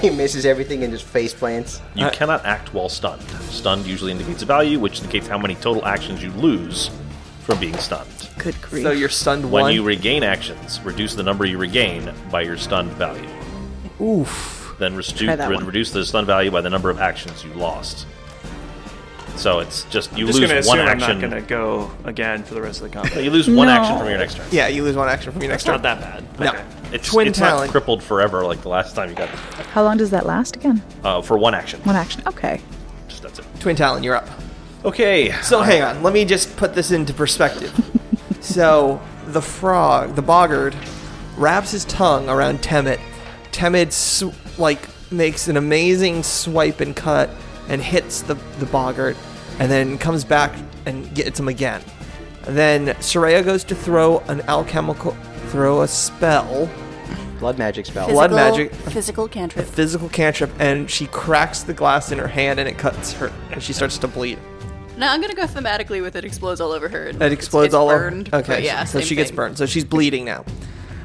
He misses everything and just face plants.
you
Uh,
cannot act while stunned. Stunned usually indicates a value, which indicates how many total actions you lose from being stunned.
Good grief.
So you're stunned
When
one.
you regain actions, reduce the number you regain by your stunned value.
Oof.
Then restu-
Try that
re-
one.
reduce the stun value by the number of actions you lost. So it's just you
I'm just going to
lose
assume
one
I'm not
action.
going to go again for the rest of the
No,
<laughs> combat.
You lose one
No.
action from your next turn.
Yeah, you lose one action from your next
It's not
turn.
that bad.
No.
Okay.
It's,
Twin
it's not
talent.
crippled forever like the last time you got
How long does that last again?
uh, for one action.
One action. Okay.
Just that's it.
Twin Talon, you're up.
Okay.
So hang on, let me just put this
<laughs>
into perspective. so the frog, the boggard, wraps his tongue around Temet. Temet sw- like makes an amazing swipe and cut and hits the the boggard, and then comes back and gets him again. Then Soraya goes to throw an alchemical, throw a spell,
Blood magic spell.
Blood magic.
Physical
a
cantrip.
physical cantrip, and she cracks the glass in her hand and it cuts her, and she starts to bleed.
No, I'm gonna go thematically with it explodes all over her.
It explodes all
burned,
over. Okay,
but yeah,
so
same
she gets
thing.
burned. So she's bleeding now.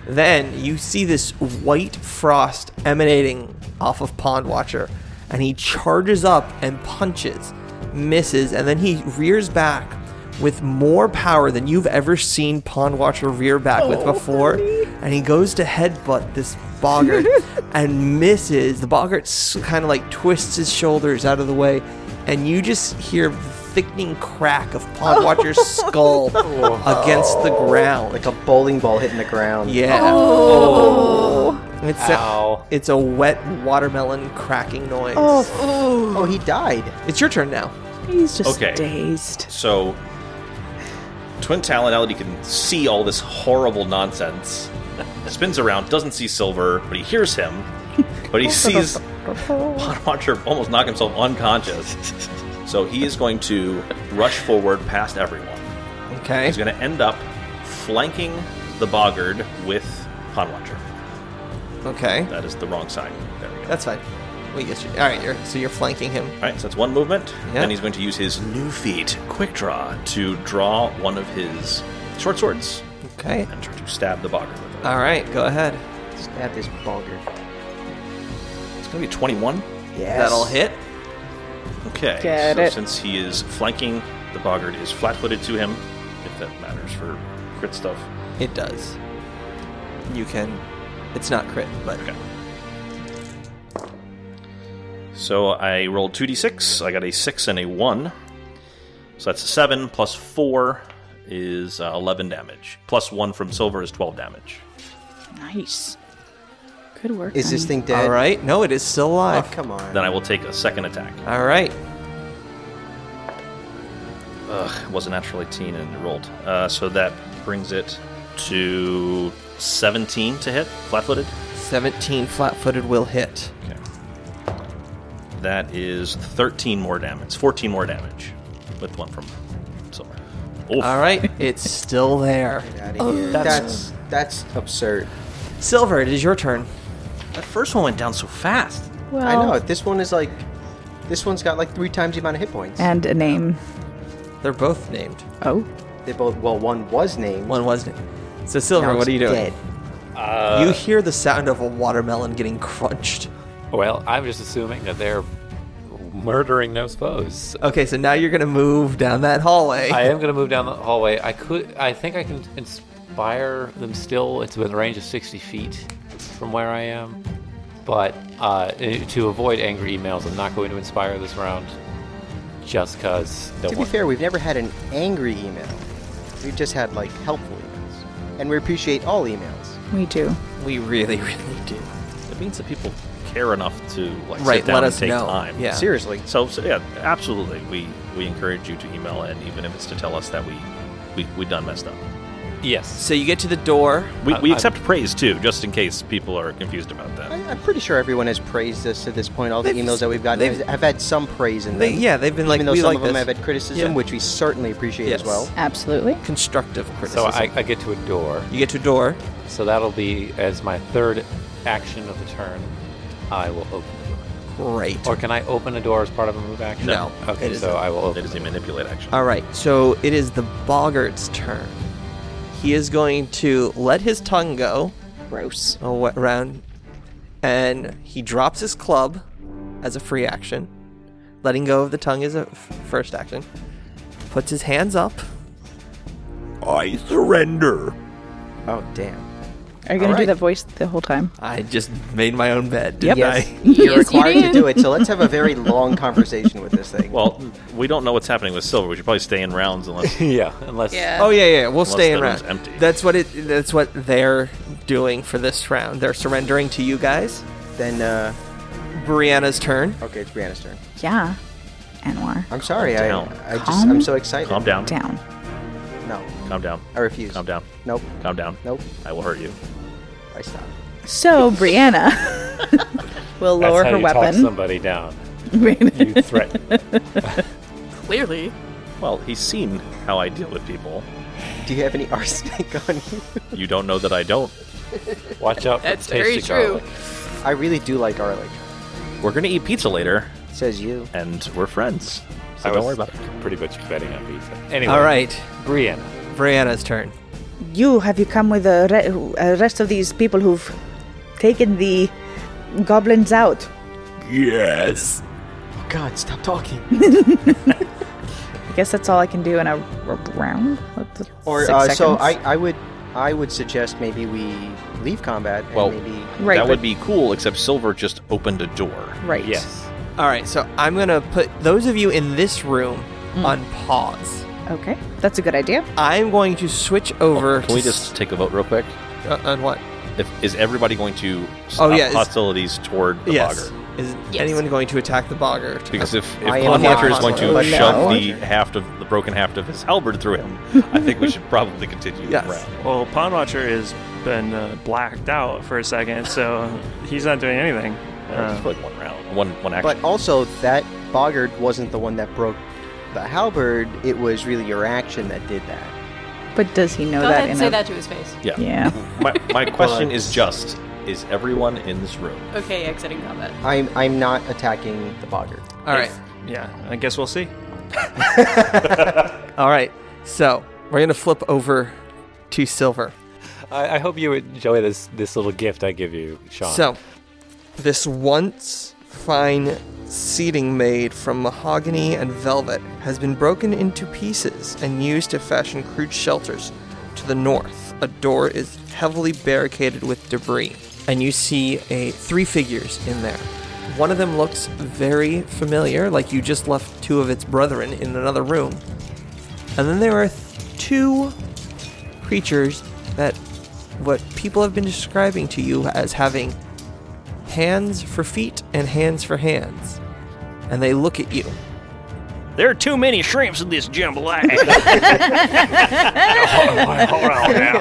Then you see this white frost emanating off of Pond Watcher, and he charges up and punches, misses, and then he rears back with more power than you've ever seen Pond Watcher rear back with
Oh.
before. And he goes to headbutt this boggart and misses. The boggart kind of like twists his shoulders out of the way, and you just hear the thickening crack of Pond Watcher's skull against the ground.
Like a bowling ball hitting the ground.
Yeah.
Oh.
It's a, it's a wet watermelon cracking noise.
Oh, oh, he died.
It's your turn now.
He's just
Okay.
dazed.
So, Twin Talon, now that he can see all this horrible nonsense, spins around, doesn't see Silver, but he hears him. But
<laughs>
he sees Pond Watcher almost knock himself unconscious. So he is going to rush forward past everyone.
Okay.
He's going to end up flanking the boggard with Pond Watcher.
Okay.
That is the wrong side. There we go.
That's fine. We get you. All right, you're, so you're flanking him.
All right, so that's one movement.
Yeah.
Then he's going to use his new feat, Quick Draw, to draw one of his short swords
Okay.
and try to stab the boggart with it.
All right, go ahead.
Stab this bogger.
It's going to be 21.
Yes.
That'll hit.
Okay.
Get
so
it.
since he is flanking, the boggart is flat-footed to him, if that matters for crit stuff.
It does. You can. It's not crit, but
Okay. So I rolled 2d6. I got a 6 and a 1. So that's 7 plus 4 is uh, 11 damage. Plus 1 from silver is 12 damage.
Nice. Good work.
Is this thing dead?
all right. No, it is still
Oh,
alive.
come on.
Then I will take a second attack.
all right.
Ugh, it was a natural 18 and it rolled. Uh, so that brings it to 17 to hit, flat footed.
17 flat-footed will hit.
Okay. That is 13 more damage, 14 more damage with one from silver. Oof.
All right, it's still there.
Outta here. That's that's absurd.
Silver, it is your turn.
That first one went down so fast.
Well,
I know. This one is like, this one's got like three times the amount of hit points.
And a name.
They're both named.
Oh.
They both. Well, one was named.
One was named. So, Silver,
now
what
it's
are you doing?
Dead.
Uh,
you hear the sound of a watermelon getting crunched.
Well, I'm just assuming that they're murdering those foes.
Okay, so now you're gonna move down that hallway.
I am gonna move down the hallway. I could. I think I can inspire them still. It's within a range of 60 feet from where I am. But uh, eh, to avoid angry emails, I'm not going to inspire this round. Just cause. Don't
To be
want-
fair, we've never had an angry email. We've just had like helpful emails, and we appreciate all emails.
We do.
we really, really do.
It means that people care enough to like
Right,
sit down
let
and
us
take
know.
time.
Yeah.
Seriously.
So, so yeah, absolutely. We we encourage you to email, and even if it's to tell us that we we, we done messed up,
Yes.
So you get to the door.
we,
I-
we
I-
accept praise too, just in case people are confused about that.
I, I'm pretty sure everyone has praised us to this point. All the
They've-
emails that we've gotten
they've-
have, have had some praise in them.
They, yeah, they've been like,
even though
we
some
like
of them
this.
have had criticism,
Yeah.
which we certainly appreciate
Yes.
as well.
Absolutely.
constructive
So
criticism.
I, I get to a door.
you get to a door.
So that'll be as my third action of the turn. I will open the door.
Great.
Or can I open a door as part of a move action?
No,
Okay,
it
so
isn't.
I will
It
open.
is a manipulate action.
All right. So it is the boggart's turn. He is going to let his tongue go
Gross.
a wet round, and he drops his club as a free action. Letting go of the tongue is a f- first action. Puts his hands up. I surrender.
Oh damn!
Are you going to
All
do
right.
that voice the whole time?
I just made my own bed.
Yep.
Didn't
Yes,
I?
<laughs>
Yes,
you're
you
required to
did.
do it. So let's have a very long conversation with this thing.
Well, we don't know what's happening with silver. We should probably stay in rounds unless
Yeah, unless.
Oh yeah, yeah. We'll stay
the
in
room's
round.
empty.
That's what it. That's what they're doing for this round. They're surrendering to you guys.
then, uh,
Brianna's turn.
okay, it's Brianna's turn.
Yeah. Anwar.
I'm sorry. I,
down.
I just,
Calm
I'm so excited.
calm down,
Down.
No,
calm down,
I refuse.
calm down,
Nope.
calm down.
Nope.
I will hurt you.
I stop.
So Brianna will
That's
lower
how
her
you talk
weapon.
somebody
<laughs>
down.
Brianna-
You threaten.
<laughs>
Clearly.
Well, he's seen how I deal with people.
Do you have any arsenic on you?
You don't know that I don't.
<laughs> Watch out for
That's
the tasty
very true.
garlic.
I really do like garlic.
We're gonna eat pizza later,
Says you.
and we're friends. So
I
don't
was
worry about it.
Pretty much betting on pizza. Anyway.
All right,
Brianna.
Brianna's turn.
You have you come with the re- uh, rest of these people who've
<laughs>
taken the goblins out?
Yes.
Oh, God, stop talking.
I guess that's all I can do in a, r- round. That's
Or
six
uh, so
seconds.
I, I would I would suggest maybe we leave combat and
Well,
maybe
Right,
that
but-
would be cool, except Silver just opened a door.
Right.
Yes.
All right, so I'm going to put those of you in this room
Mm.
on pause.
Okay, that's a good idea.
I'm going to switch over
Oh, Can we
to
just take a vote real quick?
s- uh, on what? Oh,
If, is everybody going to stop
yeah, is-
hostilities toward the
yes.
bogger?
Is anyone going to attack the bogger?
Because if, if
I am
Clone
not
Watcher is going to
Clone
shove the
Watcher.
half of the broken half of his halberd through him, I think we should probably continue
Yes.
the
<laughs>
round.
Well, Pond Watcher has been uh, blacked out for a second, so <laughs> he's not doing anything.
just
Uh,
like one round, one one
But
action.
also that boggard wasn't the one that broke the halberd. It was really your action that did that.
But does he know
Go
that?
ahead and
in
say
a-
that to his face.
yeah.
<laughs>
Yeah.
<laughs> My, my question is
But-
just: Is everyone in this room?
Okay, exiting combat.
I'm I'm not attacking the boggard.
All right.
yeah, I guess we'll see.
All right. So, we're going to flip over to silver.
I, I hope you enjoy this this little gift I give you, Sean.
So, this once fine seating made from mahogany and velvet has been broken into pieces and used to fashion crude shelters to the north. A door is heavily barricaded with debris, and you see a three figures in there. One of them looks very familiar, like you just left two of its brethren in another room. And then there are th- two creatures that what people have been describing to you as having hands for feet and hands for hands. And they look
<laughs>
at you. <laughs>
There are too many shrimps in this
<laughs>
<laughs> jambalaya.
Oh,
hold on, hold on now.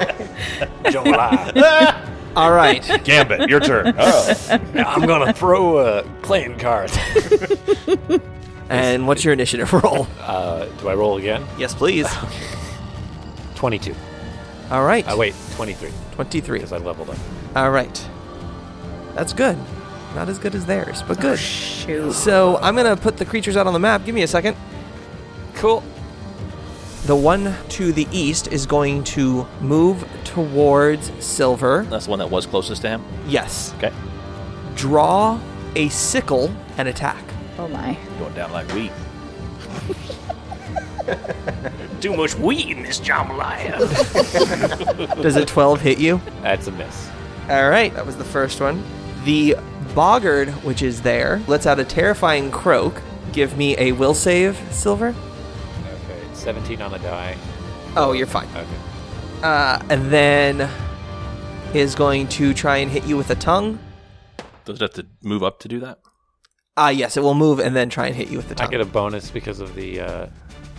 Jambalaya.
All right.
Gambit, your turn. Oh.
Now I'm gonna throw a playing card.
and what's your initiative <laughs> roll?
Uh, do I roll again?
Yes,
<laughs>
please.
Twenty-two.
All right.
Uh, wait, twenty-three
23.
because I leveled up.
All right. That's good. Not as good as theirs, but good.
Oh, Shoot.
So I'm going to put the creatures out on the map. Give me a second. Cool. The one to the east is going to move towards silver.
That's the one that was closest to him.
Yes.
Okay,
Draw a sickle and attack.
Oh my.
going down like wheat.
Too much wheat in this
<laughs>
jambalaya.
Does a 12 hit you?
That's a miss.
All right, that was the first one. The boggard, which is there, lets out a terrifying croak. Give me a will save, Silver.
Okay, seventeen on the die.
Oh, you're fine.
Okay.
Uh, and then is going to try and hit you with a tongue.
Does it have to move up to do that?
Ah, yes, it will move and then try and hit you with the
I
tongue.
get a bonus because of the uh,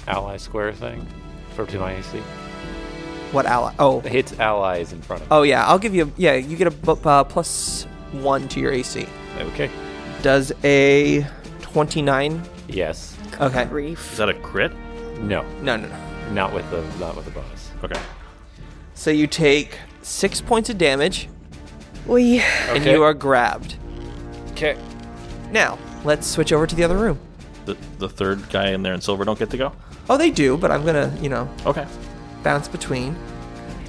ally square thing for to my AC.
What ally? Oh,
It hits allies in front of.
oh yeah, I'll give you. A, yeah, you get a bu- uh, plus one to your AC.
me. Okay.
Does a 29?
Yes.
Okay.
Is that a crit?
No.
No, no, no. <laughs>
Not with the not with the bonus.
Okay.
So you take six points of damage
<laughs> We.
and you are grabbed.
okay.
Now, let's switch over to the other room.
The, the third guy in there in silver don't get to go.
Oh, they do, but I'm gonna, you know,
Okay.
bounce between.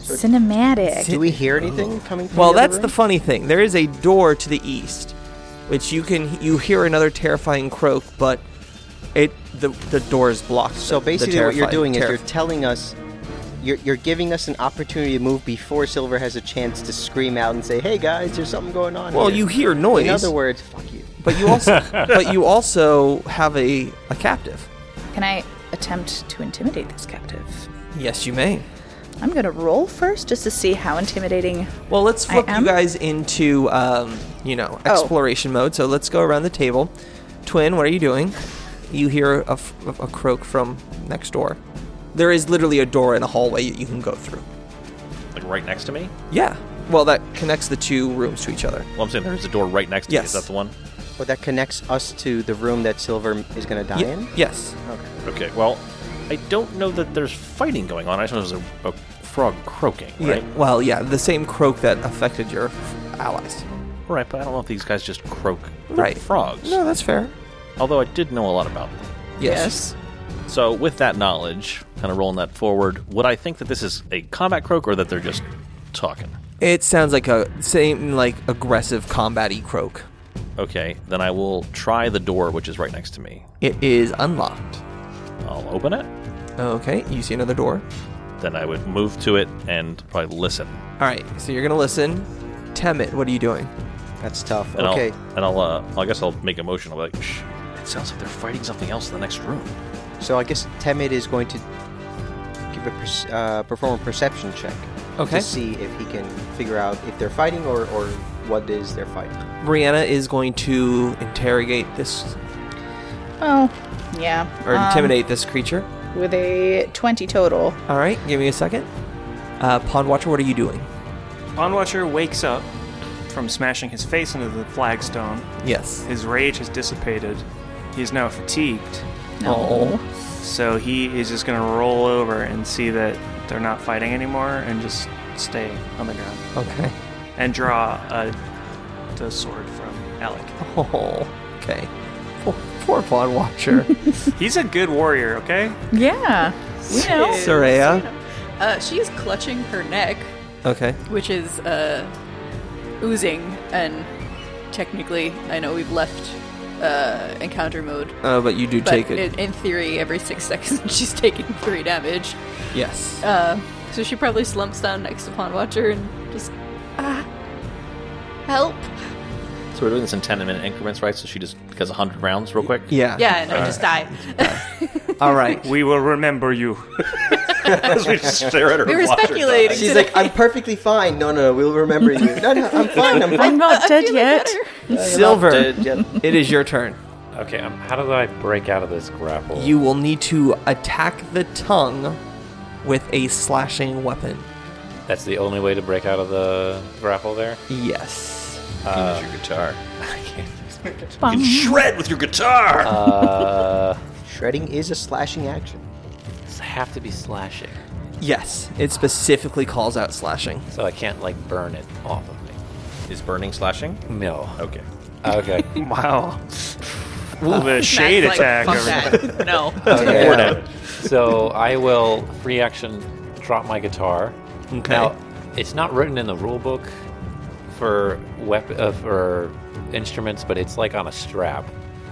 Cinematic.
Do we hear anything
Oh.
coming? From
Well,
the other
that's the
room?
funny thing. There is a door to the east, which you can you hear another terrifying croak, but it the the door is blocked.
So
The- the
basically, what you're
terrifying-
doing is
terrif-
you're telling us, you're, you're giving us an opportunity to move before Silver has a chance to scream out and say, "Hey guys, there's something going on."
well,
here."
you hear
In
noise,
other words, fuck you.
but
<laughs>
you also but you also have a a captive.
Can I attempt to intimidate this captive?
Yes, you may.
I'm gonna roll first just to see how intimidating.
Well, let's
I
flip you
am?
guys into um, you know
Oh.
exploration mode. So let's go around the table. Twin, what are you doing? You hear a, f- a croak from next door. There is literally a door in a hallway you, you can go through.
Like right next to me?
Yeah. Well, that connects the two rooms to each other.
Well, I'm saying there's a door right next to me.
Yes.
Is that the one?
Well, that connects us to the room that Silver is going to die
Ye-
in.
yes.
Okay. Well, I don't know that there's fighting going on. I just know there's a, a frog croaking, right?
Yeah. Well, yeah, the same croak that affected your allies.
Right, but I don't know if these guys just croak They're
Right.
frogs.
No, that's fair.
Although I did know a lot about them.
Yes.
So, with that knowledge, kind of rolling that forward, would I think that this is a combat croak or that they're just talking?
It sounds like a same like aggressive combat-y croak.
Okay, then I will try the door, which is right next to me.
It is unlocked.
I'll open it.
Okay, you see another door.
Then I would move to it and probably listen.
All right, so you're gonna listen. Temet, what are you doing?
That's tough.
And I'll, and I'll, uh, I guess I'll make a motion. I'll be like, shh, it sounds like they're fighting something else in the next room.
So I guess Temid is going to give a perc- uh, perform a perception check
Okay.
to see if he can figure out if they're fighting or, or what is they're <laughs> fighting.
Brianna is going to interrogate this
Oh, yeah.
or
Um,
intimidate this creature.
With a 20 total.
All right, give me a second. Uh, Pond Watcher, what are
<laughs>
you doing?
Pond Watcher wakes up from smashing his face into the flagstone.
Yes.
His rage has dissipated. He is now fatigued.
No.
So he is just going to roll over and see that they're not fighting anymore and just stay on the ground.
Okay.
And draw a, the sword from Alec.
Oh, okay. Poor, poor
<laughs>
Pond Watcher.
He's a good warrior, okay?
Yeah.
we know. Soraya.
Uh, she's clutching her neck,
Okay.
which is uh, oozing, and technically, I know we've left uh, encounter mode.
Uh, but you do
but
take it.
in, in theory, every six <laughs> seconds, she's taking three damage.
Yes.
Uh, so she probably slumps down next to Pawn Watcher and just ah, help.
So we're doing this in 10 minute increments, right? So she just does 100 rounds real quick?
Yeah.
Yeah, and I
All
just
right.
die.
All right.
We will
<laughs>
remember you.
<laughs> As we just stare at her.
We were
watch her
speculating.
die.
She's like, I'm perfectly fine. No, no, no, we'll remember you. No,
<laughs>
no, <laughs> I'm fine. I'm fine.
I'm not dead yet.
Silver,
Dead yet.
it is your turn.
Okay, um, how do I break out of this grapple?
You will need to attack the tongue with a slashing weapon.
That's the only way to break out of the grapple there?
Yes.
Use your guitar.
I can't use my guitar.
You can shred with your guitar!
Uh,
Shredding is a slashing action.
it's have to be slashing.
Yes. It specifically calls out slashing.
So I can't, like, burn it off of me.
Is burning slashing?
No.
Okay.
Okay. <laughs>
Wow. Ooh, the shade
Matt's like,
attack.
"Fuck
over
<laughs>
<laughs>
that. No.
Okay.
Four damage.
so I will free action drop my guitar.
Okay.
Now, it's not written in the rule book for weapon uh, for instruments, but it's like on a strap.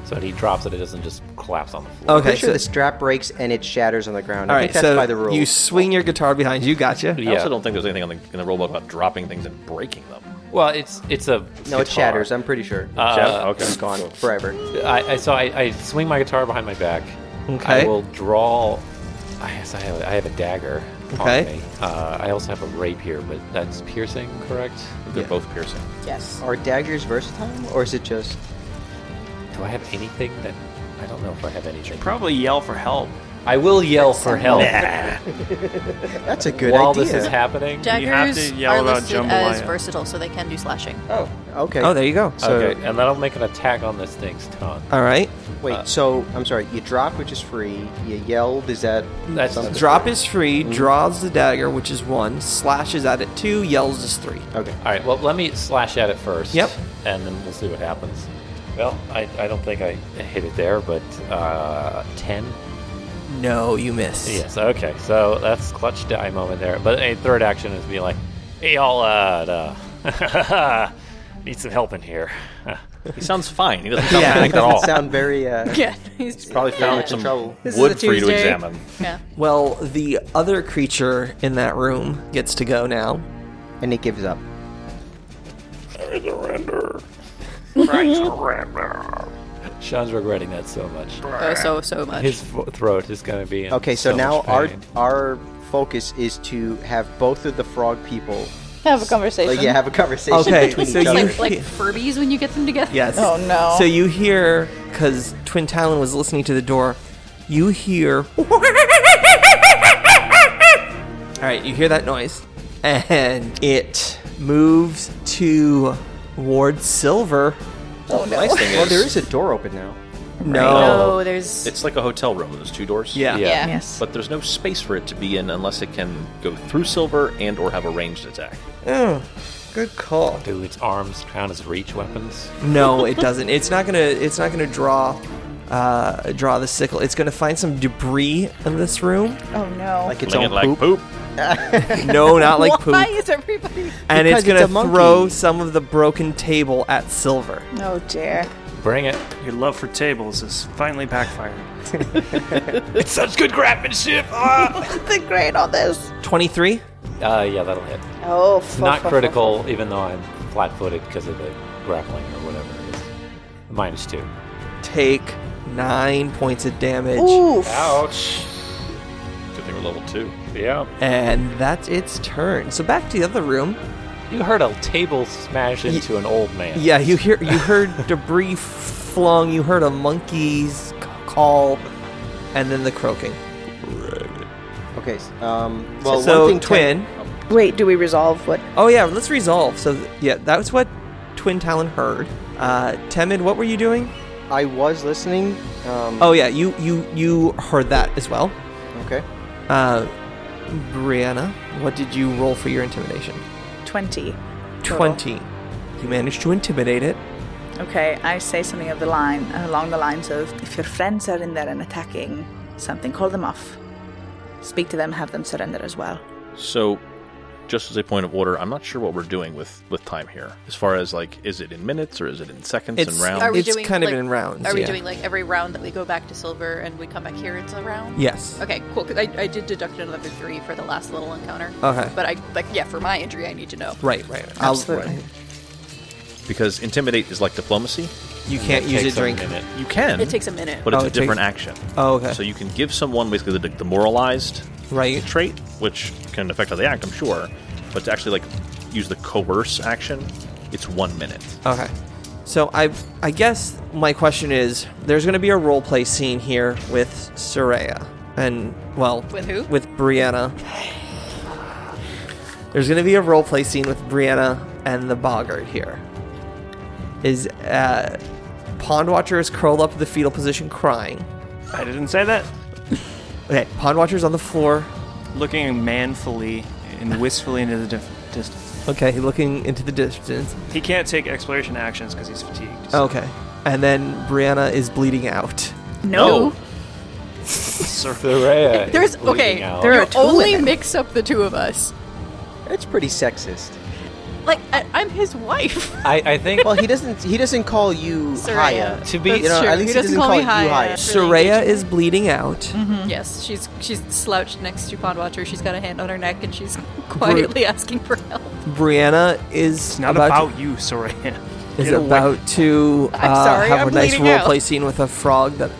So when he drops it, it doesn't just collapse on the floor.
I'm
Okay.
pretty sure
so-
the strap breaks and it shatters on the ground.
<laughs> all
I
right.
think that's
so
by the rule.
you swing your guitar behind you. Gotcha.
I
Yeah.
also don't think there's anything on the, in the rulebook about dropping things and breaking them.
Well, Uh, it's it's a
no, it
guitar.
shatters. I'm pretty sure.
Uh,
okay.
it's gone forever.
I, I so I, I swing my guitar behind my back.
Okay.
I will draw. I guess I have I have a dagger.
Okay.
On me. Uh, I also have a rapier, but that's piercing, correct?
They're both piercing.
Yes.
Are daggers versatile or is it just
Do I have anything that I don't know if I have anything.
Probably yell for help.
Oh, I will yell for help
that's a good
while
idea?
this is happening.
<laughs> You have to
Daggers
yell
are
about
listed as
jambalaya.
versatile, so they can do slashing.
oh, <laughs> okay.
Oh, there you go.
So-
okay, Uh, and that'll make an attack on this thing's tongue.
All right.
Wait, so I'm sorry. You drop, which is free. You yelled. Is that
That's
something?
Drop is free, draws the dagger, which is one, slashes at it two, yells is three.
Okay.
All right. Well, let me slash at it first.
Yep.
And then we'll see what happens. Well, I, I don't think I hit it there, but uh, ten.
No, you miss.
Yes. Okay. So that's clutch die moment there. But a third action is being like, "Hey, y'all, uh, uh, <laughs> need some help in here."
He sounds fine. He doesn't sound
Yeah.
panicked at all.
Sound very. Uh,
Yeah, he's
Probably found
in
some
trouble.
This is a
wood for you to
Tuesday.
examine.
yeah.
Well, the other creature in that room gets to go now.
And it gives up.
<laughs>
Sean's regretting that so much.
Oh, so so much.
His fo- throat is going to be in
Okay, so,
so
now
much
our
pain.
our focus is to have both of the frog people
Have a conversation.
like yeah have a conversation
Okay,
between
so
each
you-
other.
like like Furbies when you get them together.
Yes.
Oh, no.
So you hear, because Twin Talon was listening to the door, you hear. <laughs> All right, you hear that noise, and it moves to Ward Silver.
Oh, no.
Nice
<laughs>
thing
Well,
is,
there is a door open now.
No.
No, there's
it's like a hotel room. There's two doors.
Yeah.
Yeah.
yeah.
Yes.
But there's no space for it to be in unless it can go through silver and or have a ranged attack.
Hmm. Good call.
Do its arms count as reach weapons?
No, it doesn't. It's not gonna. It's not gonna draw. Uh, draw the sickle. It's gonna find some debris in this room.
Oh, no.
Like its
Fling
own
it
poop.
like poop.
<laughs>
no, not like poop.
Why is everybody?
And it's
Because it's
gonna
a monkey.
throw some of the broken table at Silver.
Oh dear.
Bring it.
Your love for tables is finally backfired.
<laughs> It's such good craftsmanship. Ah!
<laughs> the great on this.
Twenty-three.
Uh, yeah, that'll hit.
Oh,
It's not critical, even though I'm flat-footed because of the grappling or whatever it is. Minus two.
Take nine points of damage,
Oof.
Ouch.
Good thing we're level two.
Yeah.
and that's its turn. So back to the other room.
You heard a table smash into an old man.
Yeah, you hear you heard debris flung. You heard a monkey's c- call, and then the croaking.
Okay. s- Um, well,
so
one thing Tim-
twin.
Wait, do we resolve what?
Oh yeah, let's resolve. So th- yeah, that was what Twin Talon heard. Uh, Temid, what were you doing?
I was listening. Um,
Oh yeah, you you you heard that as well.
Okay.
Uh, Brianna, what did you roll for your intimidation?
Twenty. Total.
Twenty. You managed to intimidate it.
Okay, I say something of the line along the lines of if your friends are in there and attacking something, call them off. Speak to them, have them surrender as well.
So, just as a point of order, I'm not sure what we're doing with with time here. As far as like, is it in minutes or is it in seconds
It's-
and rounds?
Are we- It's kind of in rounds,
Are we
yeah.
doing like every round that we go back to silver and we come back here? It's a round.
Yes.
Okay, cool. 'cause I, I did deduct another three for the last little encounter.
Okay.
But I like yeah, for my injury, I need to know.
Uh-huh. Right, right. right.
Absolutely.
right.
because intimidate is like diplomacy.
You can't use a
Takes
drink.
minute.
You can,
It takes a minute.
but it's
Oh,
a
it takes-
different action.
Oh, okay.
So you can give someone basically the demoralized
right.
trait, which can affect how they act, I'm sure. But to actually like use the coerce action, it's one minute.
Okay. So I I guess my question is there's going to be a role play scene here with Soraya and well
With who?
With Brianna. There's going to be a role play scene with Brianna and the boggart here. Is uh Pond Watcher is curled up in the fetal position crying.
I didn't say that.
Okay, Pond Watcher's on the floor.
Looking manfully and wistfully into the dif- distance.
Okay, looking into the distance.
He can't take exploration actions because he's fatigued.
Okay. And then Brianna is bleeding out.
No.
Soraya. is
There's
bleeding
okay.
out.
There
There are
you
two
only
women.
mix up the two of us.
That's pretty sexist.
Like I, I'm his wife.
I, I think
Well, he doesn't. He doesn't call you
Soraya.
Haya.
To be-
That's
You know,
true.
at least
he
he
doesn't
doesn't
call me
call
Haya.
you Haya.
It's really
Soraya
engaging.
is bleeding out.
Yes, she's she's slouched next to Pond Watcher. She's got a hand on her neck and she's quietly asking for help.
Brianna is
It's not
about,
about, you, Soraya.
to, <laughs> is
Get away.
about to
I'm
uh,
sorry,
have
I'm
a nice
bleeding out.
roleplay scene with a frog that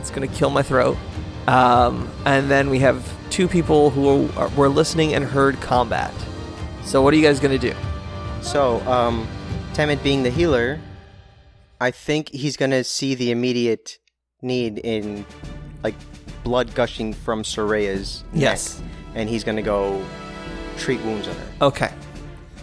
it's going to kill my throat. Um, and then we have two people who are, were listening and heard combat. So what are you guys going to do?
So, um, Temid being the healer, I think he's gonna see the immediate need in like blood gushing from Soraya's neck,
Yes.
and he's gonna go treat wounds on her.
Okay.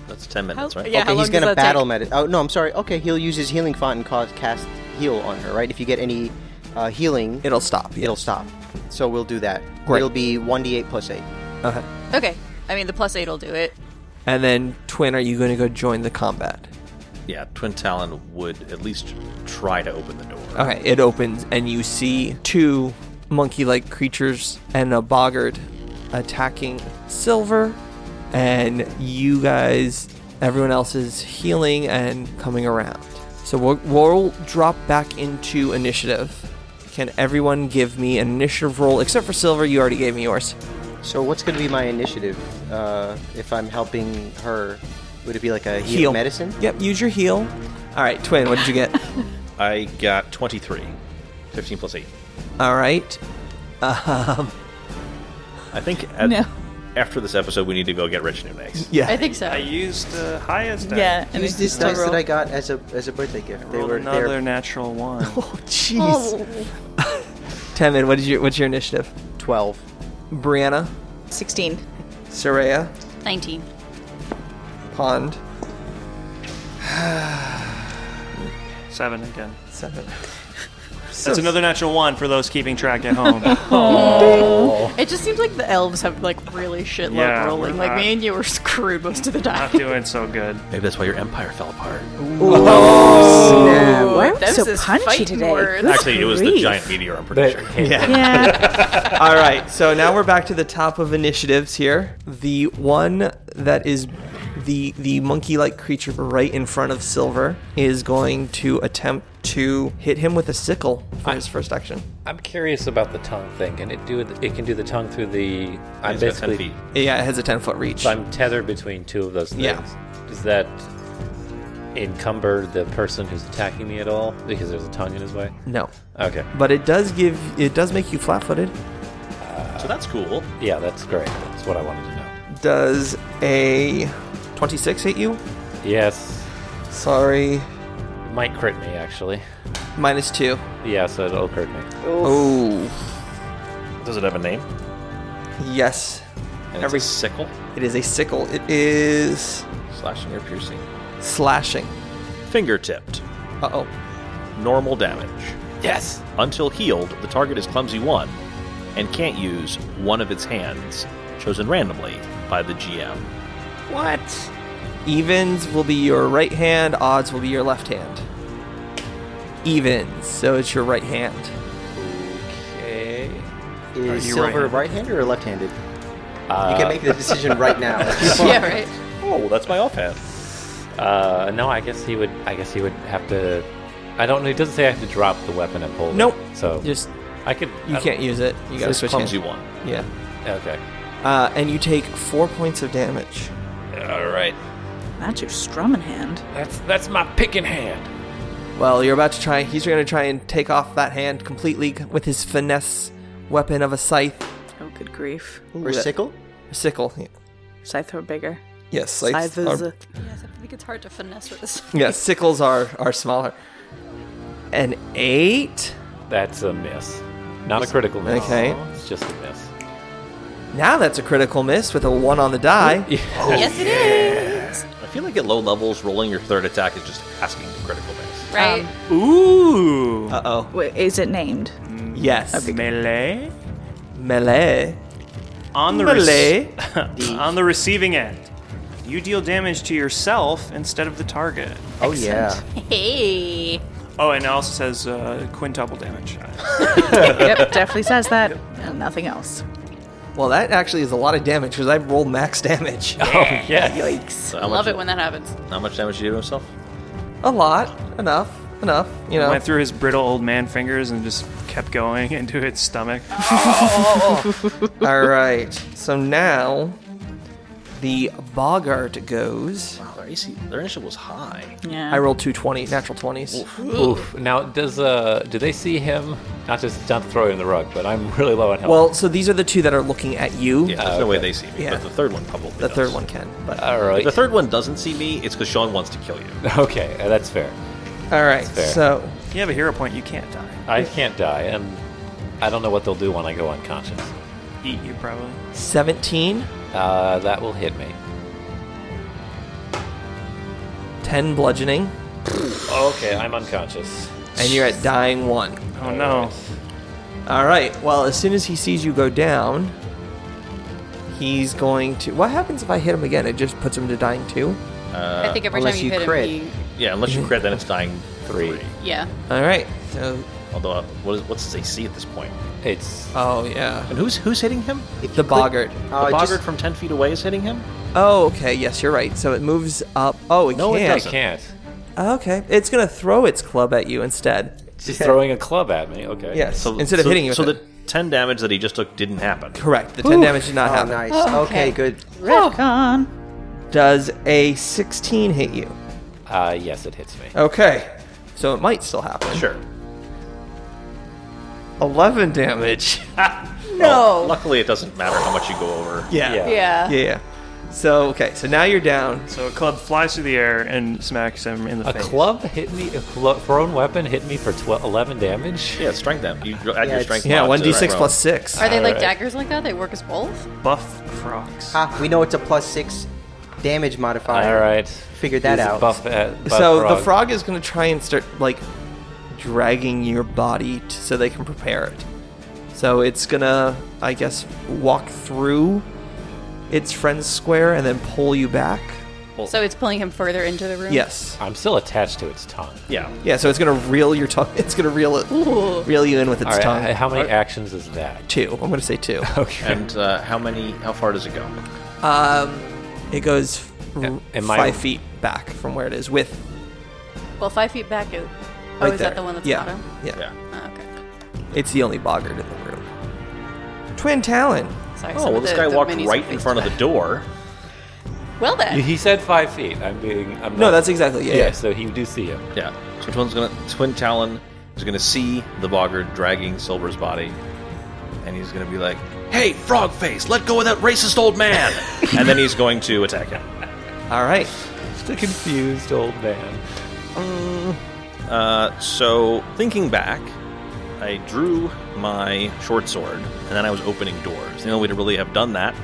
That's ten minutes, right?
yeah,
okay,
how long
he's
does that
gonna
take?
battle med. Oh no, I'm sorry. Okay, he'll use his healing font and cause cast heal on her. Right? If you get any uh, healing, it'll,
It'll stop. yeah.
stop. So we'll do that.
Great.
It'll be one d8 plus eight.
Okay.
Okay. I mean, the plus eight will do it.
And then, Twin, are you going to go join the combat?
Yeah, Twin Talon would at least try to open the door.
Okay, it opens and you see two monkey like creatures and a boggart attacking Silver. And you guys, everyone else is healing and coming around. So we'll, we'll drop back into initiative. Can everyone give me an initiative roll? Except for Silver, you already gave me yours.
So what's gonna be my initiative uh, if I'm helping her? Would it be like a heal, medicine?
Yep, use your heal. All right, Twin, what did you get?
<laughs> I got 23. 15 plus 8.
All right. Um,
I think at,
No.
after this episode, we need to go get Rich new next.
yeah.
I think so.
I used uh, highest.
Yeah. and
Use
it's
this
still
dice that
roll.
I got as a as a birthday gift. They
Rolled
were
another
there.
natural one.
Oh, jeez. <laughs> Temin, what is your what's your initiative?
Twelve.
<laughs>
Brianna,
Sixteen.
Soraya,
19.
<sighs>
Pond,
Seven again.
seven.
That's another natural one for those keeping track
<laughs>
at home.
Oh.
It just seems like the elves have like really shit luck
Yeah,
rolling.
we're
Like
not-
me and you were <laughs> screwed most
<laughs>
of the time.
Not doing so good.
Maybe that's why your empire fell apart.
Snap.
That
Tim's so is punchy fighting today. words. Good
Actually, it was the
grief.
giant meteor. I'm pretty sure.
Yeah.
<laughs> All right, so now we're back to the top of initiatives here. The one that is the the monkey-like creature right in front of Silver is going to attempt to hit him with a sickle for his first action.
I'm curious about the tongue thing. Can it do it? Can do the tongue through the? I'm
It's got 10
basically
feet. Yeah, it has a 10 foot reach.
So I'm tethered between two of those things.
Yeah.
Does that encumber the person who's attacking me at all because there's a tongue in his way?
No.
Okay.
But it does give it does make you flat-footed.
So that's cool.
Yeah, that's great. That's what I wanted to know.
Does a 26 hit you?
Yes.
Sorry.
It might crit me actually.
Minus two.
Yeah, so it'll crit me.
Oh.
Does it have a name?
Yes.
it's a sickle?
It is a sickle. It is
Slashing or piercing?
slashing.
Fingertipped.
Uh oh.
Normal damage.
Yes.
Until healed, the target is clumsy one and can't use one of its hands, chosen randomly by the GM.
What? Evens will be your right hand, odds will be your left hand. Evens, so it's your right hand.
Okay.
Is
Are you
Silver <laughs>
right-handed?
right-handed or left-handed?
Uh,
you can make the decision right now.
<laughs>
yeah, right.
Oh, that's my offhand.
Uh, no, I guess he would. I guess he would have to. I don't. He doesn't say I have to drop the weapon and pull.
Nope.
It. So
Just
I could.
You
I
can't use it. You gotta
It's
switch
clumsy
hands.
one.
Yeah.
Okay.
Uh, and you take four points of damage.
All right.
That's your strumming hand.
That's that's my picking hand.
Well, you're about to try. He's going to try and take off that hand completely with his finesse weapon of a scythe.
Oh, good grief.
Or sickle? A sickle. yeah.
Scythe are bigger.
Yes, scythes
Scythes,
are-
uh,
Yes, I think it's hard to finesse with this.
Yeah, sickles are are smaller. An eight.
That's a miss. Not a critical miss.
Okay.
It's just a miss.
Now that's a critical miss with a one on the die.
yes, it is.
I feel like at low levels, rolling your third attack is just asking for critical miss.
Right.
Ooh. Uh oh.
Um, Wait, is
<laughs>
it named?
Yes.
Melee.
Melee.
On the,
Melee.
rec- <laughs> on the receiving end, you deal damage to yourself instead of the target.
Oh, yeah.
hey.
Oh, and it also says uh, quintuple damage.
yep, definitely says that. And nothing else.
Oh. <laughs> Well, that actually is a lot of damage because I rolled max damage.
Oh, yes.
Yikes.
So how
Love
much,
it when that happens.
How much damage did he do himself?
A lot. Enough. Enough. You know.
Went through his brittle old man fingers and just kept going <laughs> into its
<laughs>
stomach.
Oh, All right. So now the Bogart goes.
Wow, their, AC, their initial was high.
Yeah.
I rolled two 20, natural 20s.
Oof. Now, does uh, do they see him? Not just not to throw him in the rug, but I'm <laughs> really low on health.
Well, so these are the two that are looking at you.
Oh. Yeah, there's no way they see me,
Yeah.
but the third one probably
The
does.
third one can.
<laughs>
But
all
If
right.
the third one doesn't see me, it's because Sean wants to kill you.
Okay, uh, that's fair.
all right.
fair.
So
you have a hero point, you can't die.
I can't die, and I don't know what they'll do when I go unconscious.
Eat you probably.
17,
Uh, that
<laughs>
will hit me.
10 bludgeoning,
Okay, I'm unconscious.
and you're at dying one.
Oh no.
All right. Well, as soon as he sees you go down, he's going to. What happens if I hit him again? It just puts him to dying two.
Uh,
I think every time
unless
you,
you
hit
crit.
him,
Yeah, unless you crit, then it's dying three.
you, yeah.
All right. So,
Although, uh, what is, what's his AC at this point?
It's
oh yeah,
And who's who's hitting him?
the boggart.
Oh,
the
it
boggart
just-
from ten feet away is hitting him.
Oh, okay. Yes, you're right. So it moves up. Oh, it
No, it
can't.
I can't.
Okay, it's gonna throw its club at you instead.
It's just throwing a club at me. Okay.
Yes. Instead of
so-
hitting you. with
so
it.
the ten damage that he just took didn't happen.
Correct. The 10 damage did not
oh,
happen.
nice.
Oh,
okay.
okay.
good.
Redcon.
Does a 16 hit you?
Uh, yes, it hits me.
Okay. So it might still happen.
Sure.
11 damage.
No. luckily, it doesn't matter how much you go over.
yeah.
Yeah.
Yeah.
Yeah, yeah. So, okay. So now you're down.
So a club flies through the air and smacks him in the
A
face.
club hit me. A clo- thrown weapon hit me for 12, 11 damage.
Yeah, strength them. You add your
it's-
strength.
Yeah,
mod to
1d6
the
plus 6.
Are they like
Alright.
daggers like that? They work as both?
Buff frogs.
Ah, we know it's a plus six damage modifier.
All right.
Figured that
He's
out.
Buff, uh, buff
so the
frog.
frog is going to try and start, like, dragging your body t- so they can prepare it. So it's going to, I guess, walk through its friend's square and then pull you back.
roll. Well-
so it's pulling him further into the room?
Yes.
I'm still attached to its tongue.
Yeah.
Yeah, so it's gonna reel your tongue. <laughs> It's gonna reel it,
Ooh.
reel you in with its
All right,
tongue.
h- How many actions is that?
Two. I'm gonna say two.
<laughs> Okay.
And uh, how many? How far does it go?
Um, it goes r-
am I-
five feet back from where it is with.
Well, five feet back. It, oh,
right
is
there.
that the one that's
yeah. <laughs>
bottom?
Yeah.
Oh, okay.
It's the only boggart in the room. Twin Talon.
Sorry.
Oh
some
well,
of
this
the-
guy
the
walked
minis are
right in
faced
front of
away.
the door.
Well then,
He said five feet. I'm being. I'm
No,
not-
that's exactly yeah.
Yeah,
yeah.
so he do see him.
Yeah. So Twin's gonna Twin Talon is gonna see the boggart dragging Silver's body, and he's gonna be like, "Hey, Frog Face, let go of that racist old man!" <laughs> and then he's going to attack him.
All right.
The confused old man.
Uh, so thinking back, I drew my short sword, and then I was opening doors. The only way to really have done that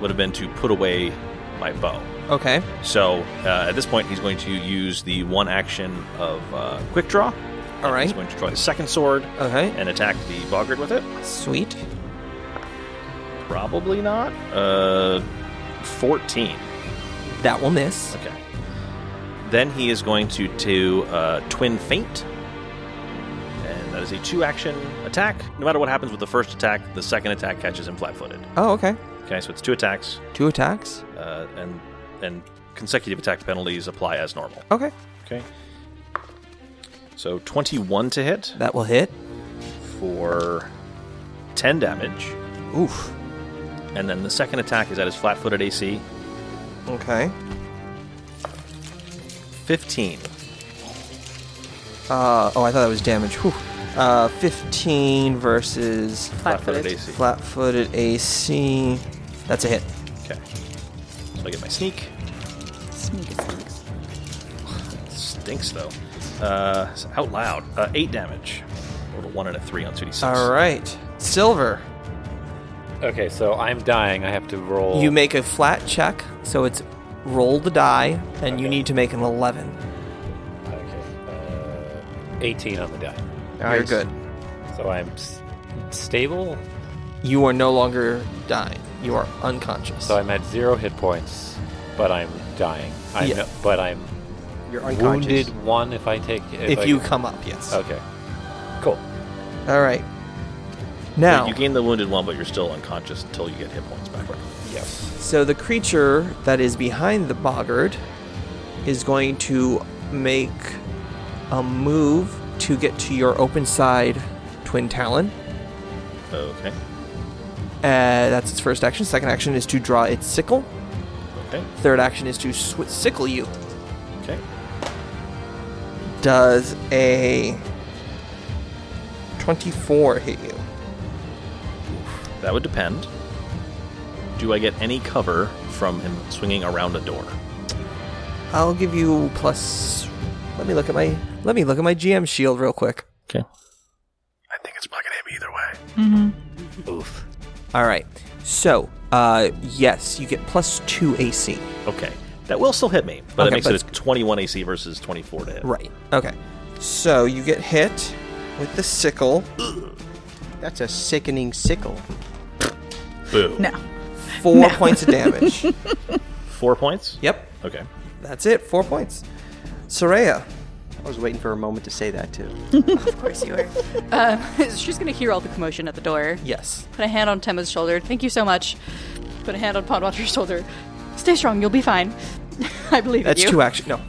would have been to put away my bow.
Okay.
So uh, at this point, he's going to use the one action of uh, quick draw.
All
He's
right.
going to draw his second sword
Okay.
and attack the boggart with it.
Sweet.
Probably not. Uh, 14.
That will miss.
Okay. Then he is going to do uh, Twin Feint. And that is a two action attack. No matter what happens with the first attack, the second attack catches him flat footed.
Oh, okay.
Okay, so it's two attacks,
Two attacks.
uh, and, and consecutive attack penalties apply as normal.
Okay.
Okay. So 21 to hit
That will hit.
for 10 damage.
Oof.
And then the second attack is at his flat footed AC
Okay.
15.
Uh, oh, I thought that was damage. Whew. Uh, 15 versus
Flat footed AC.
flat footed AC. That's a hit.
Okay. So I get my sneak.
sneak attacks.
Stinks though. Uh, it's out loud. Uh, eight damage. Rolled a one and a three on two d six.
All right. Silver.
Okay, so I'm dying. I have to roll.
You make a flat check, so it's roll the die, and you need to make an 11.
Okay. Uh, 18 on the die.
You're
Nice.
good.
So I'm s- stable.
You are no longer dying. You are unconscious.
So I'm at zero hit points, but I'm dying. I'm,
Yeah.
But I'm
You're unconscious.
wounded one if I take. If,
if
I-
you come up, yes.
Okay. Cool.
All right. Now,
You gain the wounded one, but you're still unconscious until you get hit points back.
Yep.
so the creature that is behind the boggart is going to make a move to get to your open side twin talon.
Okay.
Uh, that's its first action. Second action is to draw its sickle.
Okay.
Third action is to sw- sickle you.
Okay.
Does a 24 hit you?
That would depend. Do I get any cover from him swinging around a door?
I'll give you plus. Let me look at my let me look at my GM shield real quick.
Okay. I think it's not gonna hit me either way.
Oof.
All right. So, uh, yes, you get plus two AC.
Okay. That will still hit me, but
Okay,
it makes
but
it a 21 AC versus 24 to hit.
Right. Okay. So you get hit with the sickle
That's a sickening sickle.
Boo.
No.
four points of <laughs>
<laughs>
damage.
Four points.
yep.
Okay.
That's it. Four points. Soraya.
I was waiting for a moment to say that too.
Of course <laughs> you are. uh, she's gonna hear all the commotion at the door.
Yes.
Put a hand on Temma's shoulder. Thank you so much. Put a hand on Podwatcher's shoulder. Stay strong. You'll be fine. <laughs> I believe
That's
in you.
two action. No.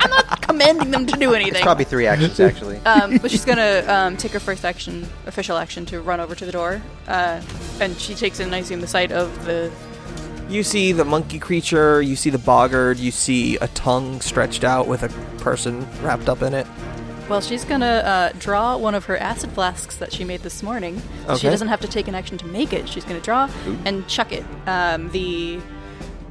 I'm not commanding them to do anything.
It's probably three
<laughs>
actions actually.
um, but she's gonna um, take her first action, official action, to run over to the door, uh, and she takes in, I assume, the sight of the.
You see the monkey creature. You see the boggard. You see a tongue stretched out with a person wrapped up in it.
Well, she's gonna uh, draw one of her acid flasks that she made this morning. She
Okay.
doesn't have to take an action to make it. She's gonna draw and chuck it. Um, the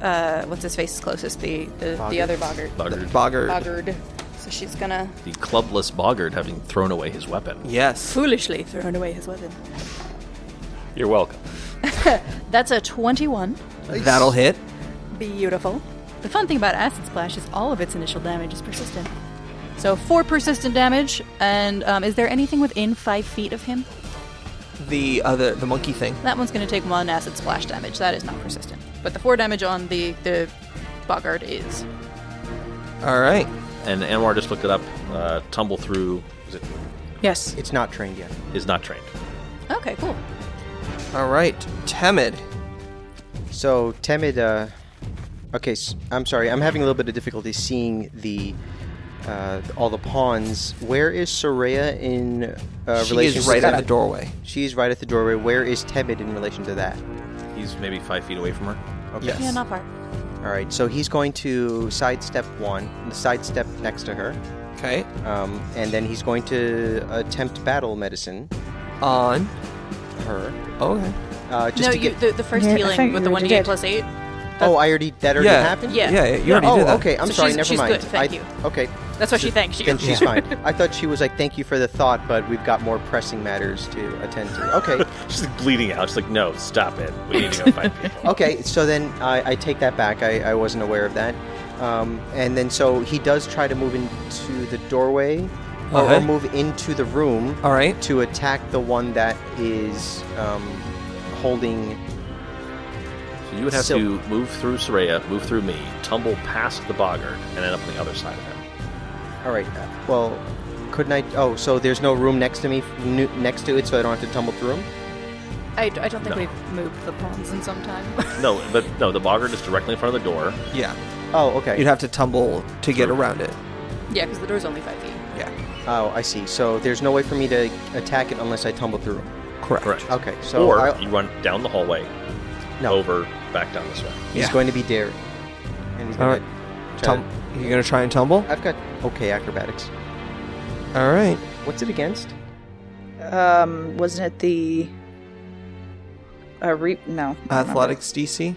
uh, what's his face is closest? The the, the other boggart.
Boggard.
Boggard.
Boggard. So she's gonna
the clubless boggart having thrown away his weapon.
Yes.
foolishly thrown away his weapon. <laughs>
You're welcome.
That's a twenty-one.
That'll hit.
Beautiful. The fun thing about Acid Splash is all of its initial damage is persistent. So four persistent damage, and um, is there anything within five feet of him?
The other the monkey thing.
That one's going to take one Acid Splash damage. That is not persistent. But the four damage on the the
Bogart is.
All right.
And Anwar just looked it up. Uh, tumble through is, it,
Yes.
It's not trained yet.
is not trained.
Okay, cool.
All right. Temid.
So Temid, uh, okay, s- I'm sorry, I'm having a little bit of difficulty seeing the uh, all the pawns. Where is Soraya in uh,
she
relation?
is right
to
at
that?
the doorway.
She's right at the doorway. Where is Temid in relation to that?
He's maybe five feet away from her.
Okay.
Yeah, not far.
All right. So he's going to sidestep one, the sidestep next to her,
Okay.
um, and then he's going to attempt battle medicine
On.
her.
Okay.
Uh, just
no,
to
you,
get.
the, the first
Yeah, I
healing
think
with
you
the
already
1d8
did.
plus 8.
oh, I already that already
yeah.
happened.
Yeah.
Yeah, you already
oh,
did that.
okay. I'm
So
sorry.
she's-
never
she's
mind.
good, thank
I-
you.
Okay.
That's why she
Th-
thanked you.
Then she's fine. I thought she was like, "Thank you for the thought, but we've got more pressing matters to attend to." Okay.
<laughs> She's bleeding out. She's like, no, stop it. We need to
<laughs>
go find people.
okay. So then I, I take that back. I, I wasn't aware of that. Um, and then so he does try to move into the doorway, or, or
Okay.
move into the room
All right.
to attack the one that is um, holding.
So you would have
So-
to move through Soraya, move through me, tumble past the boggart, and end up on the other side of him.
All right. uh, Well, couldn't I? Oh, so there's no room next to me, nu- next to it, so I don't have to tumble through him.
I, I don't think
No.
we've moved the pawns in some
<laughs>
time.
No, but no, the boggart is directly in front of the door.
Yeah.
Oh, okay.
You'd have to tumble to get around it.
yeah, because the door's only 5 feet.
Yeah.
Oh, I see. So there's no way for me to attack it unless I tumble through. him.
Correct.
Correct.
Okay, so
or
I'll-
you run down the hallway,
No.
over, back down this way.
He's
Yeah.
going to be dared. And he's
All
going
right.
to try
Tum- you're gonna try and tumble.
to- I've got okay acrobatics.
All right.
What's it against?
Um, wasn't it the. Uh, re- no. I don't remember.
Athletics DC.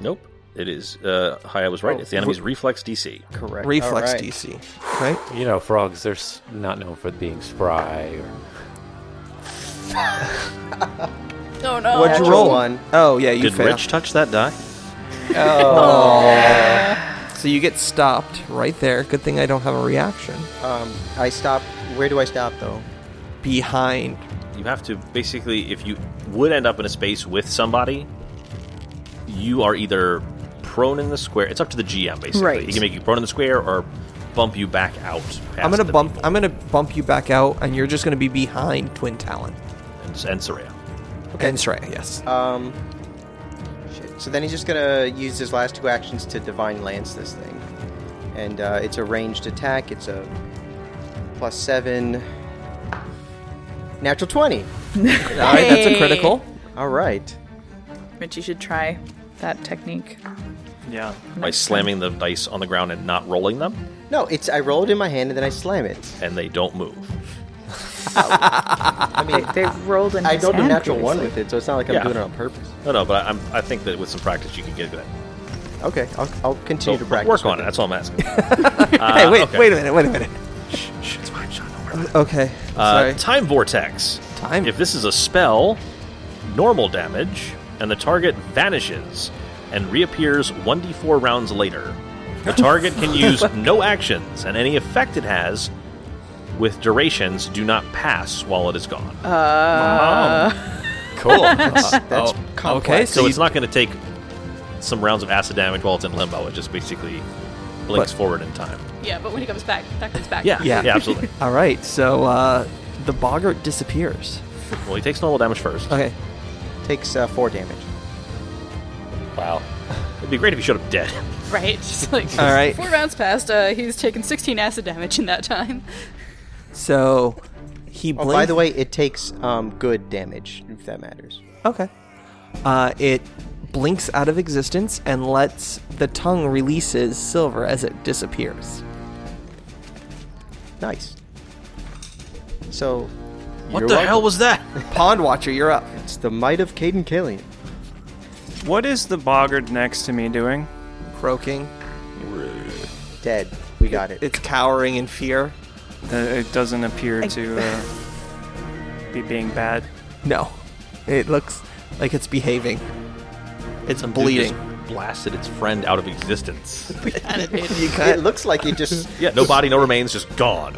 Nope. It is. Uh, hi, I was right.
Oh,
it's the enemy's reflex DC.
Correct.
Reflex
All right.
DC. Right.
You know, frogs, they're s- not known for being spry or
Oh <laughs> no.
What'd you
Natural
roll?
one.
Oh yeah, you
Did
failed. Oh.
Rich touch that
<laughs>
die?
So you get stopped right there. Good thing I don't have a reaction.
Um, I stop. Where do I stop though?
Behind.
You have to basically, if you would end up in a space with somebody, you are either prone in the square. It's up to the GM basically.
Right.
He can make you prone in the square or bump you back out. Past
I'm gonna
the
bump.
people
I'm gonna bump you back out, and you're just gonna be behind Twin Talon.
and, and Soraya.
Okay.
<laughs>
And Shrey, Uh, yes.
Um, shit. So then he's just gonna use his last two actions to divine lance this thing, and uh, it's a ranged attack. It's a plus seven,
<laughs>
natural twenty.
All right, that's a critical.
All right.
Rich, you should try that technique.
Yeah.
By slamming the dice on the ground and not rolling them,
No, it's I roll it in my hand and then I slam it.
and they don't move.
<laughs> I mean,
They rolled in
I
his
don't do
hand
natural one
previously.
with it, so it's not like I'm
Yeah.
doing it on purpose.
No, no, but I'm, I think that with some practice you can get good at it.
Okay, I'll, I'll continue to practice.
work
with
on it. That's all I'm
<laughs>
asking. Uh,
<laughs> hey, wait,
Ah, okay.
wait a minute, wait a minute. Okay.
Uh,
Sorry.
time vortex.
Time-
If this is a spell, normal damage, and the target vanishes and reappears 1d4 rounds later. The target can use no actions, and any effect it has with durations do not pass while it is gone.
Uh.
Uh,
<laughs>
cool.
That's
Oh. okay.
complex.
So,
so
you,
it's not going to take some rounds of acid damage while it's in limbo. It just basically blinks
But-
forward in time.
Yeah, but when he comes back, that comes back.
Yeah,
Yeah.
yeah, absolutely.
all right. So uh, the boggart disappears.
Well, he takes normal damage first.
Okay.
takes uh, four damage.
Wow. It'd be great if he showed up
<laughs>
dead.
<laughs>
Right. <laughs> Just like
All right.
<laughs> four rounds passed, uh, he's taken 16 acid damage in that
<laughs>
time.
So he
Oh,
blinks.
by the way, it takes um, good damage if that matters.
Okay. Uh, it blinks out of existence and lets the tongue releases silver as it disappears.
Nice. So,
What the hell was that?
<laughs> Pond Watcher, you're up.
it's the might of Caden Killian.
What is the boggart next to me doing?
Croaking.
Dead. We got it.
It's cowering in fear.
Uh, it doesn't appear to uh, be being bad.
No. It looks like it's behaving. It's bleeding.
blasted its friend out of
<laughs>
existence.
You
it
got
looks like it
<laughs>
just
yeah, no body, no remains, just gone.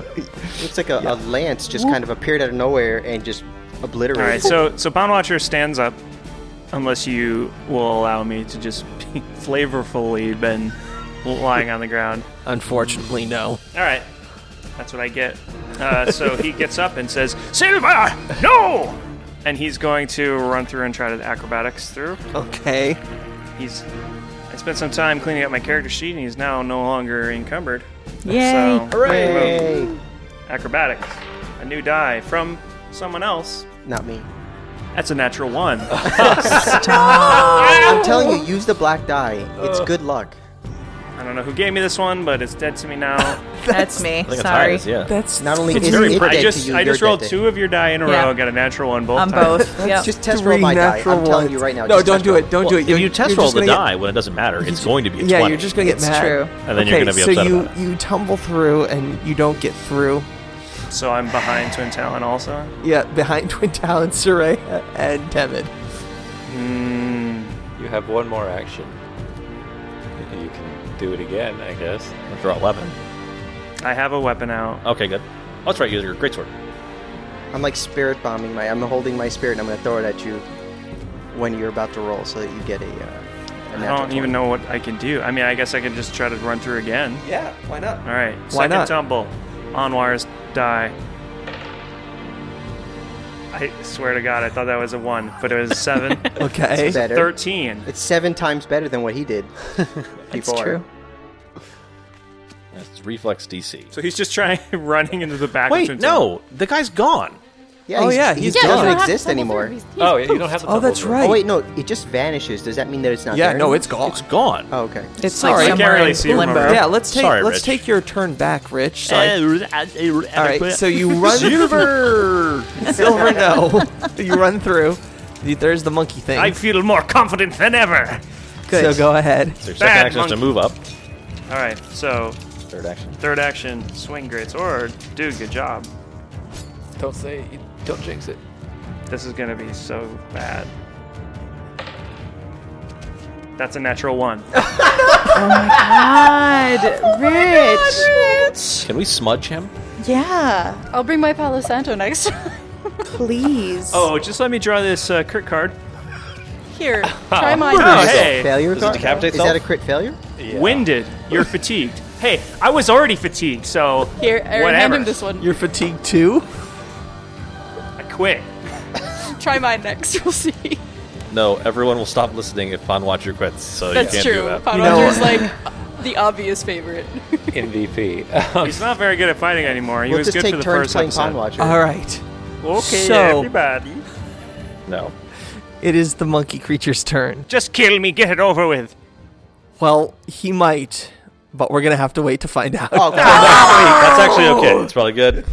looks like a, a lance just kind of appeared out of nowhere and just obliterated.
All right, so so Pond Watcher stands up, unless you will allow me to just be <laughs> flavorfully been lying on the ground.
Unfortunately, no.
All right. That's what I get. Uh, so he gets up and says, Silva, no! And he's going to run through and try to acrobatics through.
Okay.
He's. I spent some time cleaning up my character sheet, and he's now no longer encumbered.
Yay.
So,
Hooray.
boom. Acrobatics. A new die from someone else.
Not me.
That's a
<laughs>
natural one.
I'm telling you, use the black die. It's good luck.
I don't know who gave me this one, but it's dead to
<laughs>
me now.
That's me.
think it's
Sorry.
Iris, yeah.
That's
Not only
It's
is
very
it
pretty.
dead to
I just
you,
I
you're
just rolled
dead to
two of your die in a
Yeah.
row, got a natural one both
On
times.
both.
<laughs>
yep.
Just test roll my die. I'm
natural
telling you
ones.
right now.
No,
just
don't
test
do
roll.
it. Don't
Well,
do it.
if
You're-
you test
you're
roll
just
the
gonna get-
die when it doesn't matter, it's going to be a
yeah,
20.
you're just gonna get
It's
mad.
true.
And then you're
Okay,
gonna be
so
upset
you
about
you tumble through and you don't get through.
So I'm behind Twin Talon also.
Yeah, behind <laughs> Twin Talon, Soraya, and Tevin.
Mm,
You have one more action. You can do it again, I guess.
Draw 11.
I have a weapon out.
Okay, good. Oh, that's right, use your greatsword.
I'm like spirit bombing my. I'm holding my spirit, and I'm going to throw it at you when you're about to roll, so that you get a. Uh, a
I
natural
don't even
20.
know what I can do. I mean, I guess I could just try to run through again.
Yeah, why not?
All right.
Why
second
not?
tumble. Anwar's die. I swear to God, I thought that was a one, but it was a seven.
<laughs> Okay.
It's better.
Thirteen.
It's seven times better than what he did. That's
true.
That's reflex DC.
So he's just trying <laughs> running into the back. of
Wait,
Twin Talon.
no, the guy's gone.
Yeah,
Oh,
he's,
yeah,
he
he's
doesn't
gone.
exist anymore.
oh, yeah, you don't have the
Oh, that's
tumble
right.
Oh wait, no, it just vanishes. Does that mean that it's not?
Yeah,
there
no,
anymore?
it's gone.
It's gone.
Oh, okay.
It's
Sorry, I
like
can't
somewhere
really
in
see
limbo.
remember.
yeah, let's take
Sorry,
let's
Rich.
take your turn back, Rich. So I- all right, so you run
<laughs>
Silver!
silver. No, you run through. There's the monkey thing.
I feel more confident than ever.
So go ahead.
So your second
Bad
action is to
monkey.
move up.
All right. So
Third action.
third action, swing great sword. Dude, good job.
right. Don't say, don't jinx it.
This is gonna be so bad. That's a natural one.
Oh
God, Rich.
Can we smudge him?
Yeah,
I'll bring my Palo Santo next time.
please.
Oh, just let me draw this uh, crit card.
Here,
uh,
try mine.
Oh, hey,
Failure.
it
card?
decapitate
Is that a
itself?
crit failure?
winded. You're fatigued. Hey, I was already fatigued, so
Here, Aaron, hand
whatever.
him this one.
You're fatigued too.
I quit.
<laughs> Try mine next. <laughs> We'll see.
No, everyone will stop listening if Pond Watcher quits, so
That's
Oh, you can't
true.
do that.
Pound
You know-
Watcher's like the obvious favorite.
<laughs> MVP.
He's not very good at fighting anymore. He
We'll
was
just
good for
take
the
turns
first
playing Pond
episode.
Watcher.
All right.
Okay,
So-
everybody.
No.
It is the monkey creature's turn.
Just kill me, get it over with.
Well, he might, but we're gonna have to wait to find out. <laughs>
Oh, God.
That's actually
Oh.
okay. It's probably good.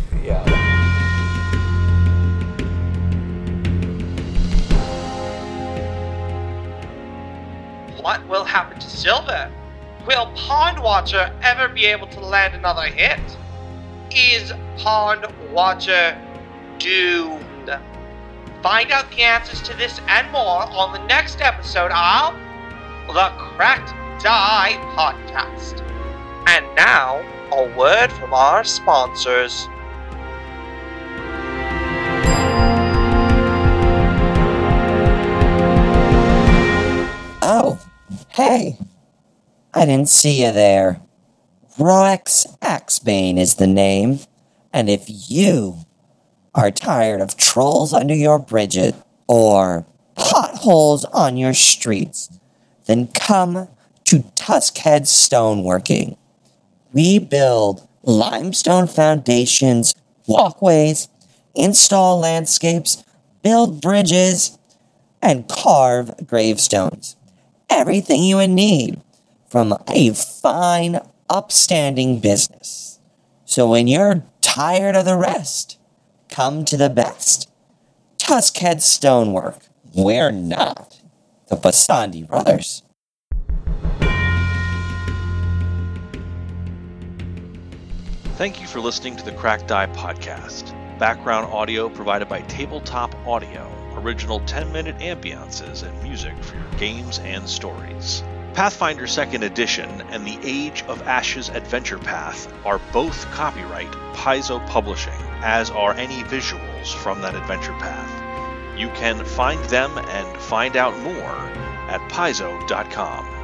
What will happen to Silver? Will Pond Watcher ever be able to land another hit? Is Pond Watcher doomed? Find out the answers to this and more on the next episode of the Cracked Die Podcast. And now, a word from our sponsors.
Oh, hey. I didn't see you there. Roax Axebane is the name. And if you are tired of trolls under your bridges or potholes on your streets, then come to Tuskhead Stoneworking. We build limestone foundations, walkways, install landscapes, build bridges, and carve gravestones everything you would need from a fine, upstanding business. So when you're tired of the rest, come to the best. Tuskhead Stonework. We're not the Basandi brothers.
Thank you for listening to the Cracked Die podcast. Background audio provided by Tabletop Audio, original 10 minute ambiances and music for your games and stories. Pathfinder 2nd Edition and the Age of Ashes Adventure Path are both copyright Paizo Publishing, as are any visuals from that adventure path. You can find them and find out more at paizo.com.